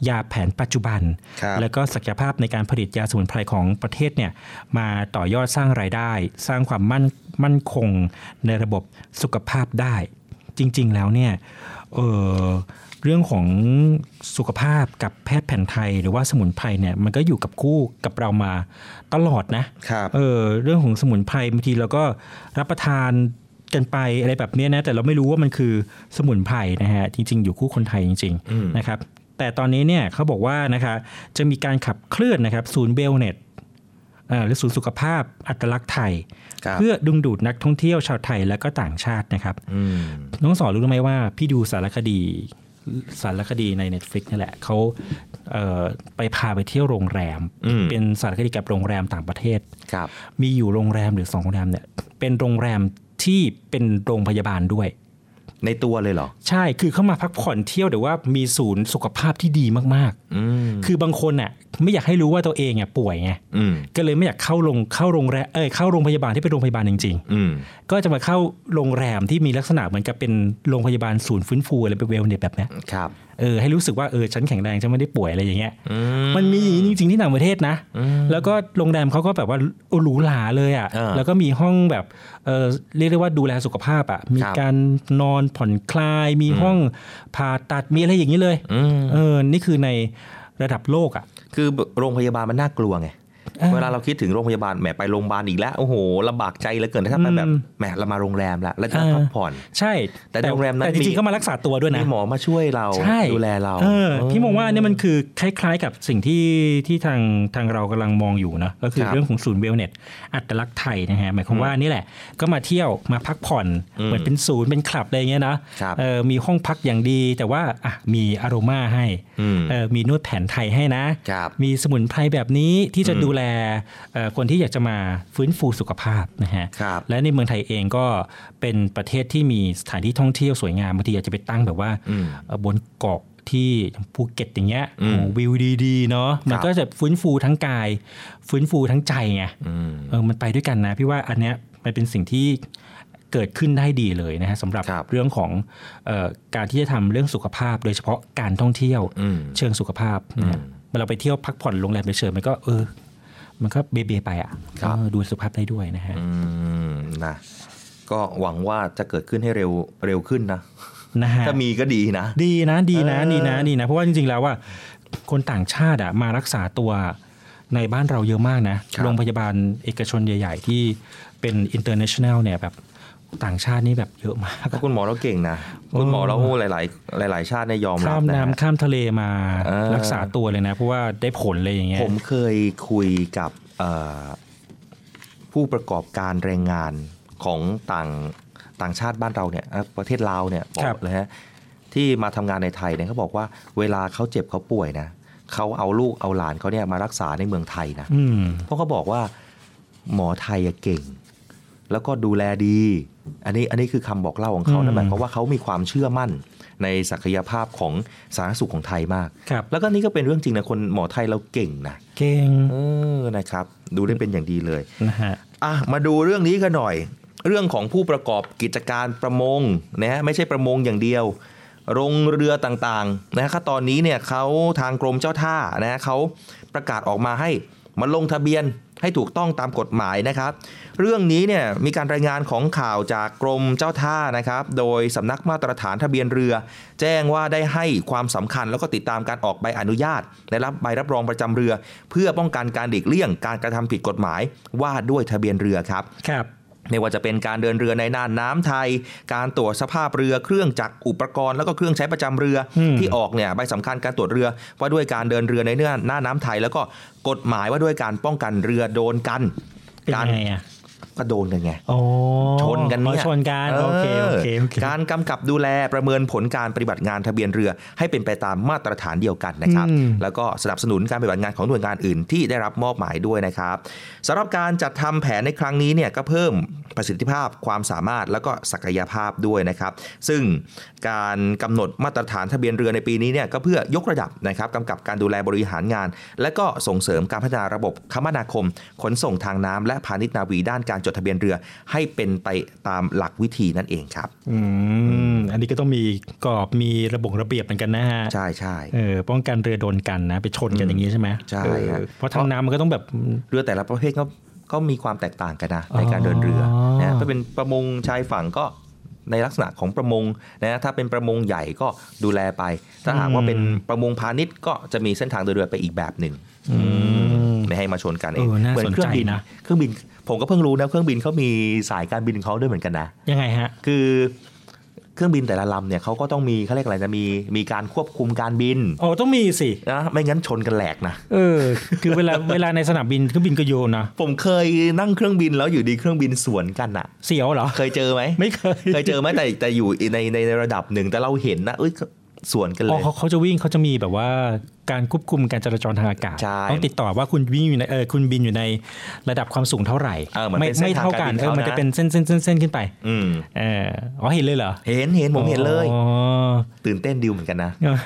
C: ยาแผนปัจจุบัน
D: ครับ
C: แล้วก็ศักยภาพในการผลิตยาสมุนไพรของประเทศเนี่ยมาต่อยอดสร้างรายได้ สร้างความมั่นมั่นคงในระบบสุขภาพได้ จริงๆแล้วเนี่ยเออเรื่องของสุขภาพกับแพทย์แผนไทยหรือว่าสมุนไพรเนี่ยมันก็อยู่กับคู่กับเรามาตลอดนะ
D: ครับ
C: เออเรื่องของสมุนไพรบางทีเราก็รับประทานกันไปอะไรแบบเนี้ยนะแต่เราไม่รู้ว่ามันคือสมุนไพรนะฮะจริง ๆ อยู่คู่คนไทยจริงๆนะครับแต่ตอนนี้เนี่ยเขาบอกว่านะคะจะมีการขับเคลื่อนนะครับศูนย์เบลเน็ตหรือศูนย์สุขภาพอัตลักษณ์ไทย
D: ครับ
C: เพื่อดึงดูดนักท่องเที่ยวชาวไทยและก็ต่างชาตินะครับ
D: อืม
C: น้องสอนรู้ไหมว่าพี่ดูสารคดีสารคดีใน Netflix นี่แหละเขาเอ่อไปพาไปเที่ยวโรงแรม
D: อืม
C: เป็นสารคดีกับโรงแรมต่างประเทศ
D: ครับ
C: มีอยู่โรงแรมหรือสองโรงแรมเนี่ยเป็นโรงแรมที่เป็นโรงพยาบาลด้วย
D: ในตัวเลยเหรอ
C: ใช่คือเข้ามาพักผ่อนเที่ยวแต่ว่ามีศูนย์สุขภาพที่ดีมาก
D: อืม
C: ๆ คือบางคนน่ะไม่อยากให้รู้ว่าตัวเองอ่ะป่วยไง
D: อืม
C: ก็เลยไม่อยากเข้าโรงเข้าโรงแรมเอ้ยเข้าโรงพยาบาลที่เป็นโรงพยาบาลจริง
D: อืม
C: ๆ ก็จะมาเข้าโรงแรมที่มีลักษณะเหมือนกับเป็นโรงพยาบาลศูนย์ฟื้นฟูอะไรเป็นเวลเนสแบบเนี้ย
D: ครับ
C: เออให้รู้สึกว่าเออฉันแข็งแรงฉันไม่ได้ป่วยอะไรอย่างเงี้ย
D: อืม
C: มันมีอย่างนี้จริงๆที่ต่างประเทศนะ แล้วก็โรงแรมเขาก็แบบว่าหรูหราเลยอะ
D: อ่า
C: ่ะ แล้วก็มีห้องแบบเอ่อเรียกได้ว่าดูแลสุขภาพอะ่ะ มี
D: ครับ
C: การนอนผ่อนคลาย มีห้องผ่าตัดมีอะไรอย่างนี้เลย
D: อืม
C: เออ นี่คือในระดับโลกอ่ะ
D: คือโรงพยาบาลมันน่ากลัวไง เวลาเราคิดถึงโรงพยาบาลแหมไปโรงพยาบาลอีกแล้ว โอ้โหลำบากใจเหลือเกินนะถ้าไปแบบ
C: อืม
D: แหมเรามาโรงแรมละแล้วจะพักผ่อน
C: ใช่
D: แต่โรงแรมนั้น
C: แต่จ
D: มี
C: ริงๆก็มารักษาตัวด้วยนะ
D: มีหมอมาช่วยเรา
C: ใช่
D: ดูแลเรา
C: ออ
D: เออ
C: พี่มองว่าเนี่ยมันคือคล้ายๆกับสิ่งที่ที่ทางทางเรากำลังมองอยู่นะก็คือ
D: ครับ
C: เรื่องของศูนย์เวลเนสอัตลักษณ์ไทยนะฮะหมายความว่านี่แหละ ก็มาเที่ยวมาพักผ่อนเหมือนเป็นศูนย์เป็นคลับอะไรอย่างเงี้ยนะครับ เออมีห้องพักอย่างดีแต่ว่าอ่ะมีอารมาให้
D: อืม
C: เออมีนวดแผนไทยให้นะ
D: ครับ
C: มีสมุนไพรแบบนี้ที่จะดูแลเอ่อคนที่อยากจะมาฟื้นฟูสุขภาพนะฮะ
D: ครับ
C: และในเมืองไทยเองก็เป็นประเทศที่มีสถานที่ท่องเที่ยวสวยงามบางทีอาจจะไปตั้งแบบว่า
D: อืม
C: เอ่อบนเกาะ ที่อย่างภูเก็ตอย่างเงี้ย
D: อืม
C: โอ้วิวดีๆเนาะมันก็จะฟื้นฟูทั้งกาย ฟื้นฟูทั้งใจไงเออมันไปด้วยกันนะ พี่ว่าอันเนี้ยมันเป็นสิ่งที่เกิดขึ้นได้ดีเลยนะฮะสำหรับ
D: ครับ
C: เรื่องของเออการที่จะทำเรื่องสุขภาพ โดยเฉพาะการท่องเที่ยว
D: อืม
C: เชิงสุขภาพนะฮะเวลาไปเที่ยวพักผ่อนโรงแรมเฉยๆมันก็เออ มันก็เบเบไปอ่ะ
D: ครับ
C: เออดูสุขภาพได้ด้วยนะฮะ
D: อืมนะก็หวังว่าจะเกิดขึ้นให้เร็วเร็วขึ้นนะ
C: นะฮะ
D: ถ้ามีก็ดีนะ
C: ดีนะดีนะ
D: เออ
C: ดีนะดีนะ เพราะว่าจริงๆแล้วว่า คนต่างชาติอะมารักษาตัวในบ้านเราเยอะมากนะโรงพยาบาลเอกชนใหญ่ ๆ ที่เป็น international เนี่ยแบบต่างชาตินี่แบบเยอะมาก
D: ถ้าคุณหมอเราเก่งนะ คุณหมอเราหลายหลายๆหลาย ๆ ชาติเนี่ยยอมรั
C: ข้า
D: บ
C: ม
D: นะฮะ
C: น้ำข้ามทะเลมา
D: เออ
C: รักษาตัวเลยนะ เพราะว่าได้ผลเลยอย่างเงี้ย
D: ผมเคยคุยกับเอ่อผู้ประกอบการแรงงานของต่างต่างชาติบ้านเราเนี่ยเอ่อประเทศลาวเนี่ยบอ
C: ครั
D: ก
C: บ
D: เลยฮะที่มาทำงานในไทยเนี่ยเขาบอกว่าเวลาเขาเจ็บเขาป่วยนะเขาเอาลูกเอาหลานเขาเนี่ยมารักษาในเมืองไทยนะ
C: อืม
D: เพราะเขาบอกว่าหมอไทยอะเก่ง แล้วก็ดูแลดี อันนี้อันนี้คือคำบอกเล่าของเขา
C: อืม
D: นั่นหมายความว่าเขามีความเชื่อมั่นในศักยภาพของสาธารณสุขของไทยมาก
C: ครับ
D: แล้วก็นี่ก็เป็นเรื่องจริงนะคนหมอไทยเราเก่งนะ
C: เก่ง
D: เออนะครับ ดูได้เป็นอย่างดีเลย
C: นะฮะ
D: อ่ะมาดูเรื่องนี้กันหน่อย เรื่องของผู้ประกอบกิจการประมงนะไม่ใช่ประมงอย่างเดียว โรงเรือต่างๆนะครตอนนี้เนี่ยเขาทางกรมเจ้าท่านะเขาประกาศออกมาให้มาลงทะเบียนให้ถูกต้องตามกฎหมายนะครับ เรื่องนี้เนี่ยมีการรายงานของข่าวจากกรมเจ้าท่านะครับ โดยสำนักมาตรฐานทะเบียนเรือ แจ้งว่าได้ให้ความสำคัญแล้วก็ติดตามการออกใบอนุญาตและรับใบรับรองประจำเรือ เพื่อป้องกันการหลีกเลี่ยง การกระทำผิดกฎหมายว่าด้วยทะเบียนเรือครับ
C: ครับ
D: ไม่ว่าจะเป็นการเดินเรือในน่านน้ำไทย การตรวจสภาพเรือเครื่องจักรอุปกรณ์แล้วก็เครื่องใช้ประจำเรืออ
C: ม
D: ที่ออกเนี่ยใบสำคัญการตรวจเรือ ว่าด้วยการเดินเรือในเนื้อหน้าน้ำไทย แล้วก็กฎหมายว่าด้วยการป้องกันเรือโดนกัน
C: เป็น
D: การ
C: ยังไงอ่ะ
D: ก็โดนกันไง
C: โอ้
D: ชนกันเนี่ย
C: อ๋อชนกันโอเคโอเคโอเค
D: การกำกับดูแลประเมินผลการปฏิบัติงานทะเบียนเรือ ให้เป็นไปตามมาตรฐานเดียวกันนะครับ
C: อืม
D: แล้วก็สนับสนุนการปฏิบัติงานของหน่วยงานอื่นที่ได้รับมอบหมายด้วยนะครับสำหรับการจัดทำแผนในครั้งนี้เนี่ยก็เพิ่มประสิทธิภาพความสามารถแล้วก็ศักยภาพด้วยนะครับ ซึ่งการกำหนดมาตรฐานทะเบียนเรือในปีนี้เนี่ยก็เพื่อยกระดับนะครับกำกับการดูแลบริหารงาน และก็ส่งเสริมการพัฒนาระบบคมนาคม ขนส่งทางน้ำและพาณิชย์นาวีด้านการจดทะเบียนเรือ ให้เป็นไปตามหลักวิธีนั่นเองครับ
C: อืมอันนี้ก็ต้องมีกรอบมีระบบระเบียบเหมือนกันนะฮะ
D: ใช่ใช่
C: เออป้องกันเรือโดนกันนะ ไปชนกันอย่างนี้ใช่ไหม
D: ใช่
C: เออ
D: ฮะ
C: เพราะทางน้ำมันก็ต้องแบบ
D: เรือแต่ละประเภทก็ก็มีความแตกต่างกันนะในการเดินเรืออ
C: อ
D: นะถ้าเป็นประมงชายฝั่งก็ในลักษณะของประมงนะถ้าเป็นประมงใหญ่ก็ดูแลไป ถ้าหากว่าเป็นประมงพาณิชย์ก็จะมีเส้นทางเดินเรือไปอีกแบบหนึ่งไม่ให้มาชนกันเอง
C: เออน่า
D: เหมื
C: สน
D: เครื่
C: ใจ
D: บิน
C: นะ
D: เครื่องบินผมก็เพิ่งรู้นะเครื่องบินเขามีสายการบินของเขาด้วยเหมือนกันนะ
C: ยังไงฮะ
D: คือเครื่องบินแต่ละลำเนี่ยเขาก็ต้องมีเขาเรียกอะไรจะมีมีการควบคุมการบิน
C: อ๋อต้องมีสิ
D: นะไม่งั้นชนกันแหลกนะ
C: เออ คือเวลา เวลาในสนามบินเครื่องบินก็โยนนะ
D: ผมเคยนั่งเครื่องบินแล้วอยู่ดีเครื่องบินสวนกันอะ
C: เสียวเหรอ
D: เคยเจอไหม
C: ไม่เคย
D: เคยเจอไหมแต่แต่อยู่ในในในระดับหนึ่งแต่เราเห็นนะเอ้ยสวนกันเล
C: อ๋อย เขาเขาจะวิ่งเขาจะมีแบบว่าการควบคุมการจราจรทางอากาศ
D: ใช่
C: ต้องติดต่อว่าคุณวิ่งอยู่ในเออคุณบินอยู่ในระดับความสูงเท่าไหร่
D: เออเหมือน
C: ไม่
D: เป็นเส้น
C: ไม่
D: ทาง
C: เท่ากั
D: การบิน
C: นเออ
D: เขานะ
C: มันจะเป็นเส้นเส้นเส้นเส้นขึ้นไป
D: อืม
C: เอออ๋อเห็นเลยเหรอ
D: เห็นเห็นผมเห็นเลย
C: อ๋อ
D: ตื่นเต้นดิวเหมือนกันนะ
C: เออ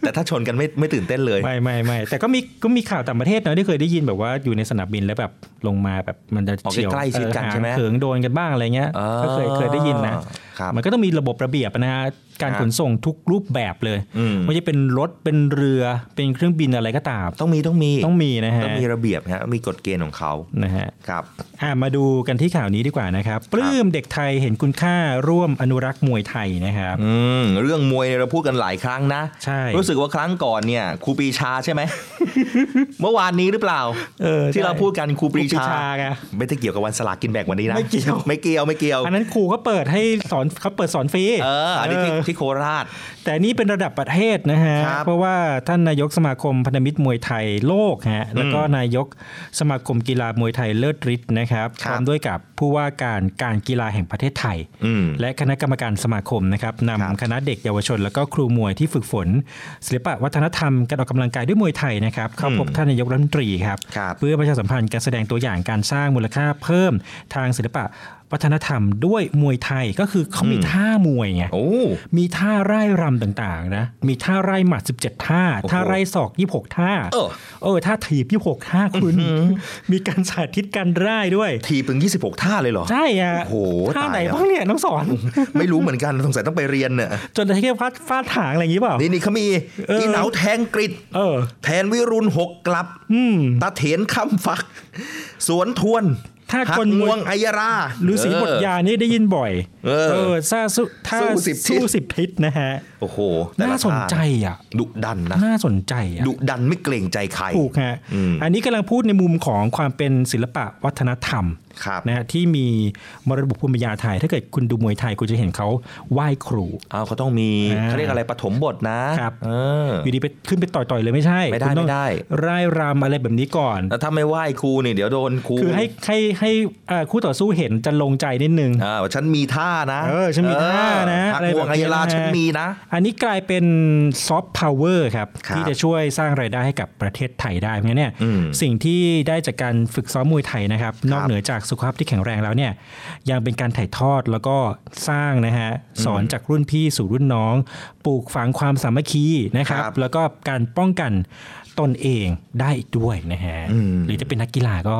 D: แต่ถ้าชนกันไม่ไม่ตื่นเต้นเลย
C: ไม่ไม่ไม่แต่ก็มีก็มีข่าวต่างประเทศนะที่เคยได้ยินแบบว่าอยู่ในสนามบินแล้วแบบลงมาแบบมันจะ
D: ออก
C: เฉียว
D: ใกล้ๆชิดกัน
C: เอ
D: ใช่ไหม
C: อางเขิงโดนกันบ้างอะไรเงี้ย
D: อ่า
C: ก็เคยเคยได้ยินนะครับ มันก็ต้องมีระบบระเบียบนะฮะการ
D: ครับ
C: ขนส่งทุกรูปแบบเลย
D: อืม
C: ไม่ว่าจะเป็นรถเป็นเรือเป็นเครื่องบินอะไรก็ตาม
D: ต้องมีต้องมี
C: ต้องมีนะฮะ
D: ต้องมีระเบียบฮะมีกฎเกณฑ์ของเขา
C: นะฮะ
D: ครับ
C: อ่ะมาดูกันที่ข่าวนี้ดีกว่านะครับ ปลื้มเด็กไทยเห็นคุณค่าร่วมอนุรักษ์มวยไทยนะครับ
D: อืมเรื่องมวยเนี่ยเราพูดกันหลายครั้งนะ
C: ใช่
D: รู้สึกว่าครั้งก่อนเนี่ยครูปรีชาใช่ไหม เมื่อวานนี้หรือเปล่าที่เราพูดกันครูปรีชา
C: ไง
D: ไม่ได้เกี่ยวกับวันสลากกินแบ่งวันนี้นะ
C: ไม่เกี่ยว
D: ไม่เกี่ยวไม่เกี่ยว
C: อันนั้นครูเขาเปิดให้สอนเขาเปิดสอนฟรี
D: เอออันนี้ที่ที่โคราช
C: แต่นี่เป็นระดับประเทศนะฮะ
D: ครับ
C: เพราะว่าท่านนายกสมาคมพันธมิตรมวยไทยโลกฮะ แล้วก็นายกสมาคมกีฬามวยไทยเลิศฤทธิ์นะครับ
D: ค
C: พ
D: รับ
C: ร้อมด้วยกับผู้ว่าการการกีฬาแห่งประเทศไทย
D: อืม
C: และคณะกรรมการสมาคมนะครับ
D: ครับ
C: นำคณะเด็กเยาวชน แล้วก็ครูมวยที่ฝึกฝน ศิลปะวัฒนธรรมการออกกำลังกายด้วยมวยไทยนะครับเข้าพบท่านนายกรัฐมนตรีครับ
D: ครับ
C: เพื่อประชาสัมพันธ์การแสดงตัวอย่างการสร้างมูลค่าเพิ่มทางศิลปะ วัฒนธรรมด้วยมวยไทยก็คือเขามีท่ามวยไง
D: โอ้
C: มีท่าไร่รำต่างๆนะ มีท่าไร่หมัด 17 ท่า
D: โอ้โห
C: ท่าไร่ศอก 26 ท่า
D: เออ
C: เออท่าถีบ 26 ท่าคุณ มีการสาธิตการไร่ด้วย
D: ทีปึง 26 ท่าเลยเหรอ
C: ใช่อ่ะ
D: โอ้โห
C: ท่าไหน
D: ตายแล้ว
C: บ้างเนี่ยน้องสอน
D: ไม่รู้เหมือนกันสงสัยต้องไปเรียนเนี่ย
C: จนจะให้ฟาดฟาดถางอะไรอย่างนี้เปล่า
D: นี่นี่เขามี
C: เอออี
D: อีเหนาแทงกริด
C: เออ
D: แทนวิรุณหกกลับ
C: อืม
D: ตาเถนคำฟัก สวนทวน
C: ถ้า
D: หั
C: คน
D: งวงไอยรา
C: ฤาษีบทยานี่ได้ยินบ่อย
D: เออ
C: เออซ่าสุท่า
D: สู้สิบทิศ
C: สู้สิบทิศนะฮะ
D: โอ้โหแต่ละ
C: น่าสนใจ
D: ท่
C: อ่ะ
D: าดุดันนะ
C: น่าสนใจอ่ะ
D: ดุดันไม่เกรงใจใคร
C: ถูกฮะ
D: อืม
C: อันนี้กำลังพูดในมุมของความเป็นศิลปะวัฒนธรรม
D: ครับ
C: นะฮะที่มีมรดกภูมิปัญญาไทย ถ้าเกิดคุณดูมวยไทยคุณจะเห็นเขาไหว้ครู
D: เอาเขาต้องมี
C: อ่า
D: เขาเรียกอะไรปฐมบทนะครับ เออ
C: อยู่ดีไปขึ้นไปต่อยๆเลยไม่ใช่
D: ไม่ได้
C: คุณต้อง
D: ไม่ได้
C: ร่ายรำอะไรแบบนี้ก่อน
D: แล้วถ้าไม่ไหว้ครูนี่เดี๋ยวโดนครู
C: คือให้ให้ให้เอ่อคู่ต่อสู้เห็นจะลงใจนิดนึง
D: อ่าว่าฉันมีท่านะ
C: เออฉันมีท่านะ
D: เออหัก
C: อะไร
D: ง
C: แบบ
D: วง
C: นี้
D: ไอยรา
C: นะฮะ
D: ฉันมีนะ
C: อันนี้กลายเป็นซอฟต์พาวเวอร์ครับ
D: ครับ
C: ที่จะช่วยสร้างรายได้ให้กับประเทศไทยได้เพราะงั้นเนี่ย
D: อืม
C: สิ่งที่ได้จากการฝึกซ้อมมวยไทยนะครับ นอกเหนือจากสุขภาพที่แข็งแรงแล้วเนี่ยยังเป็นการถ่ายทอดแล้วก็สร้างนะฮะสอนจากรุ่นพี่สู่รุ่นน้อง ปลูกฝังความสามัคคีนะครับ
D: ครับ
C: แล้วก็การป้องกันตนเองได้อีกด้วยนะฮะ
D: อืม
C: หรือจะเป็นนักกีฬาก็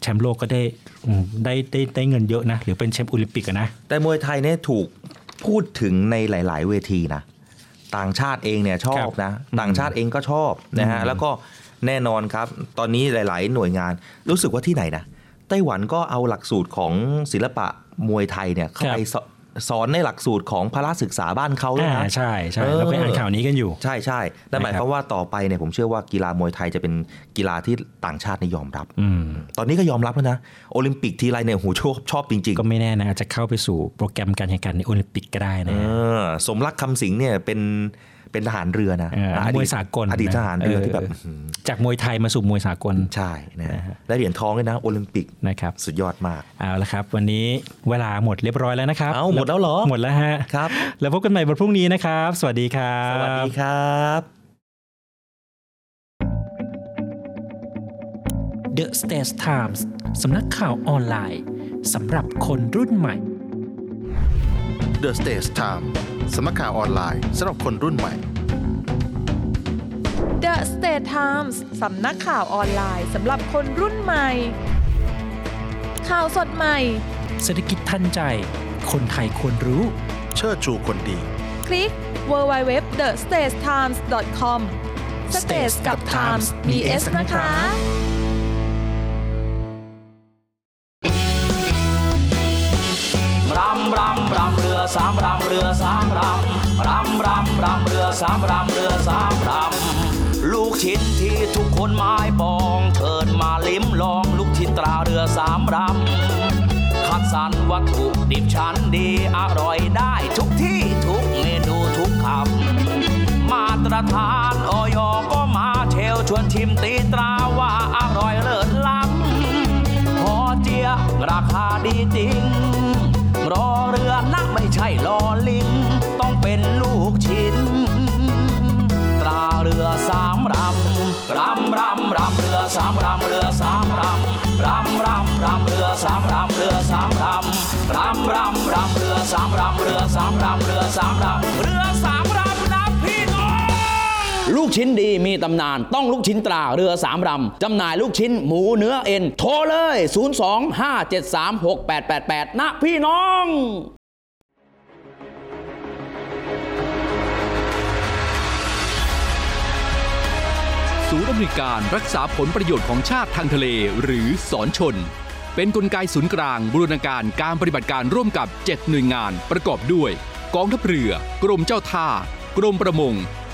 C: แชมป์โลกก็ได้อืมได้ได้ได้เงินเยอะนะหรือเป็นแชมป์โอลิมปิกอะนะ
D: แต่มวยไทยเนี่ยถูกพูดถึงในหลาย ๆ เวทีนะ ต่างชาติเองเนี่ยชอ
C: ครับ บ
D: นะ ต่างชาติเองก็ชอบนะฮะ แล้วก็แน่นอนครับ ตอนนี้หลาย ๆ หน่วยงาน รู้สึกว่าที่ไหนนะไต้หวันก็เอาหลักสูตรของศิลปะมวยไทยเนี่ยเข้าไปสอนสอนในหลักสูตรของพละศึกษาบ้านเขาด้วย
C: อ่า
D: นะ
C: ใช่ใช่เราไปอ่านข่าวนี้กันอยู่
D: ใช่ใช่นั่นหมาย
C: นะครั
D: ค
C: บ
D: วามว่าต่อไปเนี่ยผมเชื่อว่ากีฬามวยไทยจะเป็นกีฬาที่ต่างชาตินิยอมรับ
C: อืม
D: ตอนนี้ก็ยอมรับแล้วนะ โอลิมปิกทีไรเนี่ยโหูชอบชอบจริง
C: ก็ไม่แน่นะอาจจะเข้าไปสู่โปรแกรมการแข่งขันในโอลิมปิกก็ได้
D: ๆเอ
C: นะฮะ
D: อสมรักคำสิงห์เนี่ยเป็นเป็นทหารเรือนะ
C: เออ
D: ดีต
C: มวยสากล
D: อดีต
C: นะ
D: ทหารเรือ
C: เออ
D: ที่แบบอื้อหือ
C: จากมวยไทยมาสู่มวยสากล
D: ใช่นะและเหรียญทองด้วยนะ โอลิมปิก
C: นะครับ
D: สุดยอดมาก
C: เอาละครับ วันนี้เวลาหมดเรียบร้อยแล้วนะครับ
D: เอ้าหมดแล้วเหรอ
C: หมดแล้วฮะ
D: ครับ
C: แล้วพบกันใหม่วันพรุ่งนี้นะครับ สวัสดีครับ
D: สวัสดีครับ
C: The States Times สำนักข่าวออนไลน์สำหรับคนรุ่นใหม่
I: The Stage Time สมัครข่าวออนไลน์สำหรับคนรุ่นใหม่
B: The State Times สำนักข่าวออนไลน์สำหรับคนรุ่นใหม่ ข่าวสดใหม่
C: เศรษฐกิจทันใจ คนไทยควรรู้
I: เชิดชูคนดี
B: คลิก www.thestagetimes.com States กับ Times มี S นะคะ
J: รำรำรำเรือสามรำเรือสามรำรำรำรำเรือสามรำเรือสามรำลูกชิ้นที่ทุกคนไม้ปองเชิญมาลิ้มลองลูกชิ้นตราเรือสามรำคัดสรรวัตถุดิบชั้นดีอร่อยได้ทุกที่ทุกเมนูทุกคำมาตรฐานออยก็มาเชลชวนชิมตีตราว่าอร่อยเลิศล้ำ พอเจียราคาดีจริง รอเรือนะไม่ใช่รอลิง ต้องเป็นลูกชิ้น ตราเรือสามรำรำรำรำเรือสามรำเรือสามรำรำรำรำเรือสามรำเรือสามรำรำรำรำเรือสามรำเรือสามรำเรือสามรำเรือสามรำนะพี่น้อง ลูกชิ้นดีมีตำนานต้องลูกชิ้นตราเรือสามรำจำหน่ายลูกชิ้นหมูเนื้อเอ็น โทรเลย 025736888 นะพี่น้อง
G: ศูนย์อำนวยการรักษาผลประโยชน์ของชาติทางทะเลหรือสอนชน เป็นนกลไกศูนย์กลางบูรณาการการปฏิบัติการร่วมกับ 7 หน่วยงานประกอบด้วย กองทัพเรือ กรมเจ้าท่า กรมประมง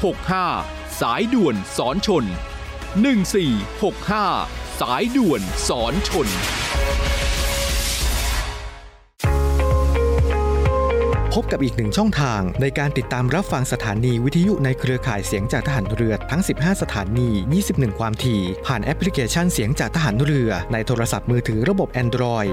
G: 1465 สายด่วนสอนชน 1465 สายด่วนสอนชน
F: พบกับอีกหนึ่งช่องทางในการติดตามรับฟังสถานีวิทยุในเครือข่ายเสียงจากทหารเรือทั้ง 15 สถานี 21 ความถี่ ผ่านแอปพลิเคชันเสียงจากทหารเรือในโทรศัพท์มือถือระบบ Android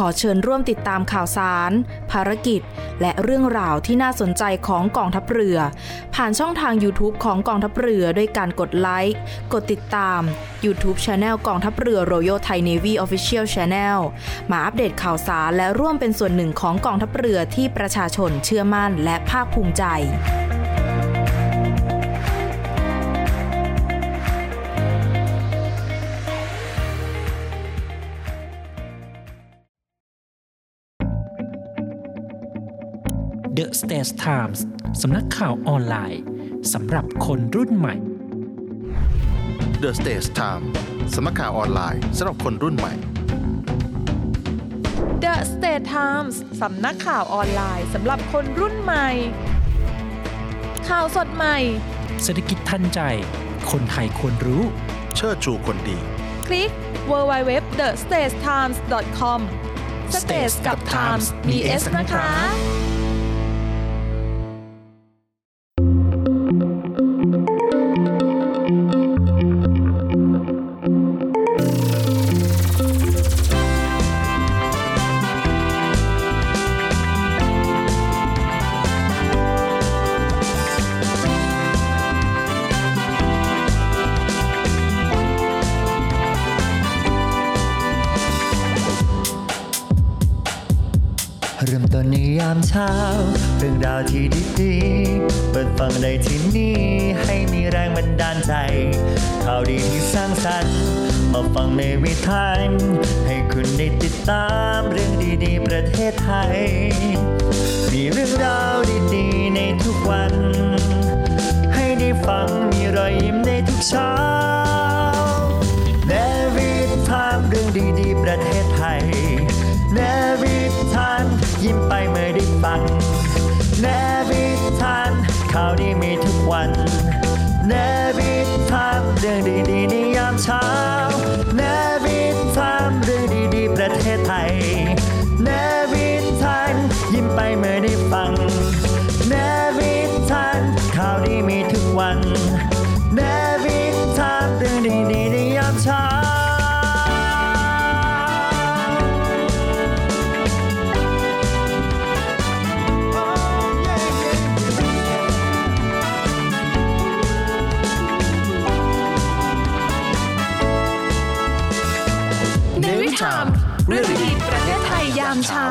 K: ขอเชิญร่วมติดตามข่าวสาร ภารกิจ และเรื่องราวที่น่าสนใจของกองทัพเรือ ผ่านช่องทาง YouTube ของกองทัพเรือด้วยการกดไลค์ กดติดตาม YouTube Channel กองทัพเรือ Royal Thai Navy Official Channel มาอัปเดตข่าวสารและร่วมเป็นส่วนหนึ่งของกองทัพเรือที่ประชาชนเชื่อมั่นและภาคภูมิใจ
C: The States Times สำนักข่าวออนไลน์สำหรับคนรุ่นใหม่
I: The Stage Time สำนักข่าวออนไลน์สำหรับคนรุ่นใหม่
B: The State Times สำนักข่าวออนไลน์สำหรับคนรุ่นใหม่ ข่าวสดใหม่
C: เศรษฐกิจทันใจ คนไทยควรรู้
I: เชิดชูคนดี
B: คลิก w w w t h e s t a t e t i m e s c o m States กับ Times มี S นะคะ
A: เริ่มต้นในยามเช้า เรื่องราวที่ดีๆเปิดฟังได้ที่นี่ให้มีแรงบันดาลใจ ข่าวดีที่สร้างสรรค์ มาฟังในวิถีให้คุณได้ติดตามเรื่องดีๆ ประเทศไทย มีเรื่องราวดีๆ ในทุกวัน ให้ได้ฟังมีรอยยิ้มในทุกเช้า เนวิทามเรื่องดีๆ ประเทศไทย เนวิทามยิ้มไปเมื่อได้ฟัง เนวิทามข่าวดีมีทุกวัน เนวิทามเรื่องดีๆในยามเช้า เนวิทามเรื่องดีๆ ประเทศไทย เนวิทามยิ้มไปเมื่อได้ฟัง เนวิทามข่าวดีมีทุกวัน เนวิทามเรื่องดีๆในยามเช้า
B: เนวิทามเรื่องดีประเทศไทยยามเช้า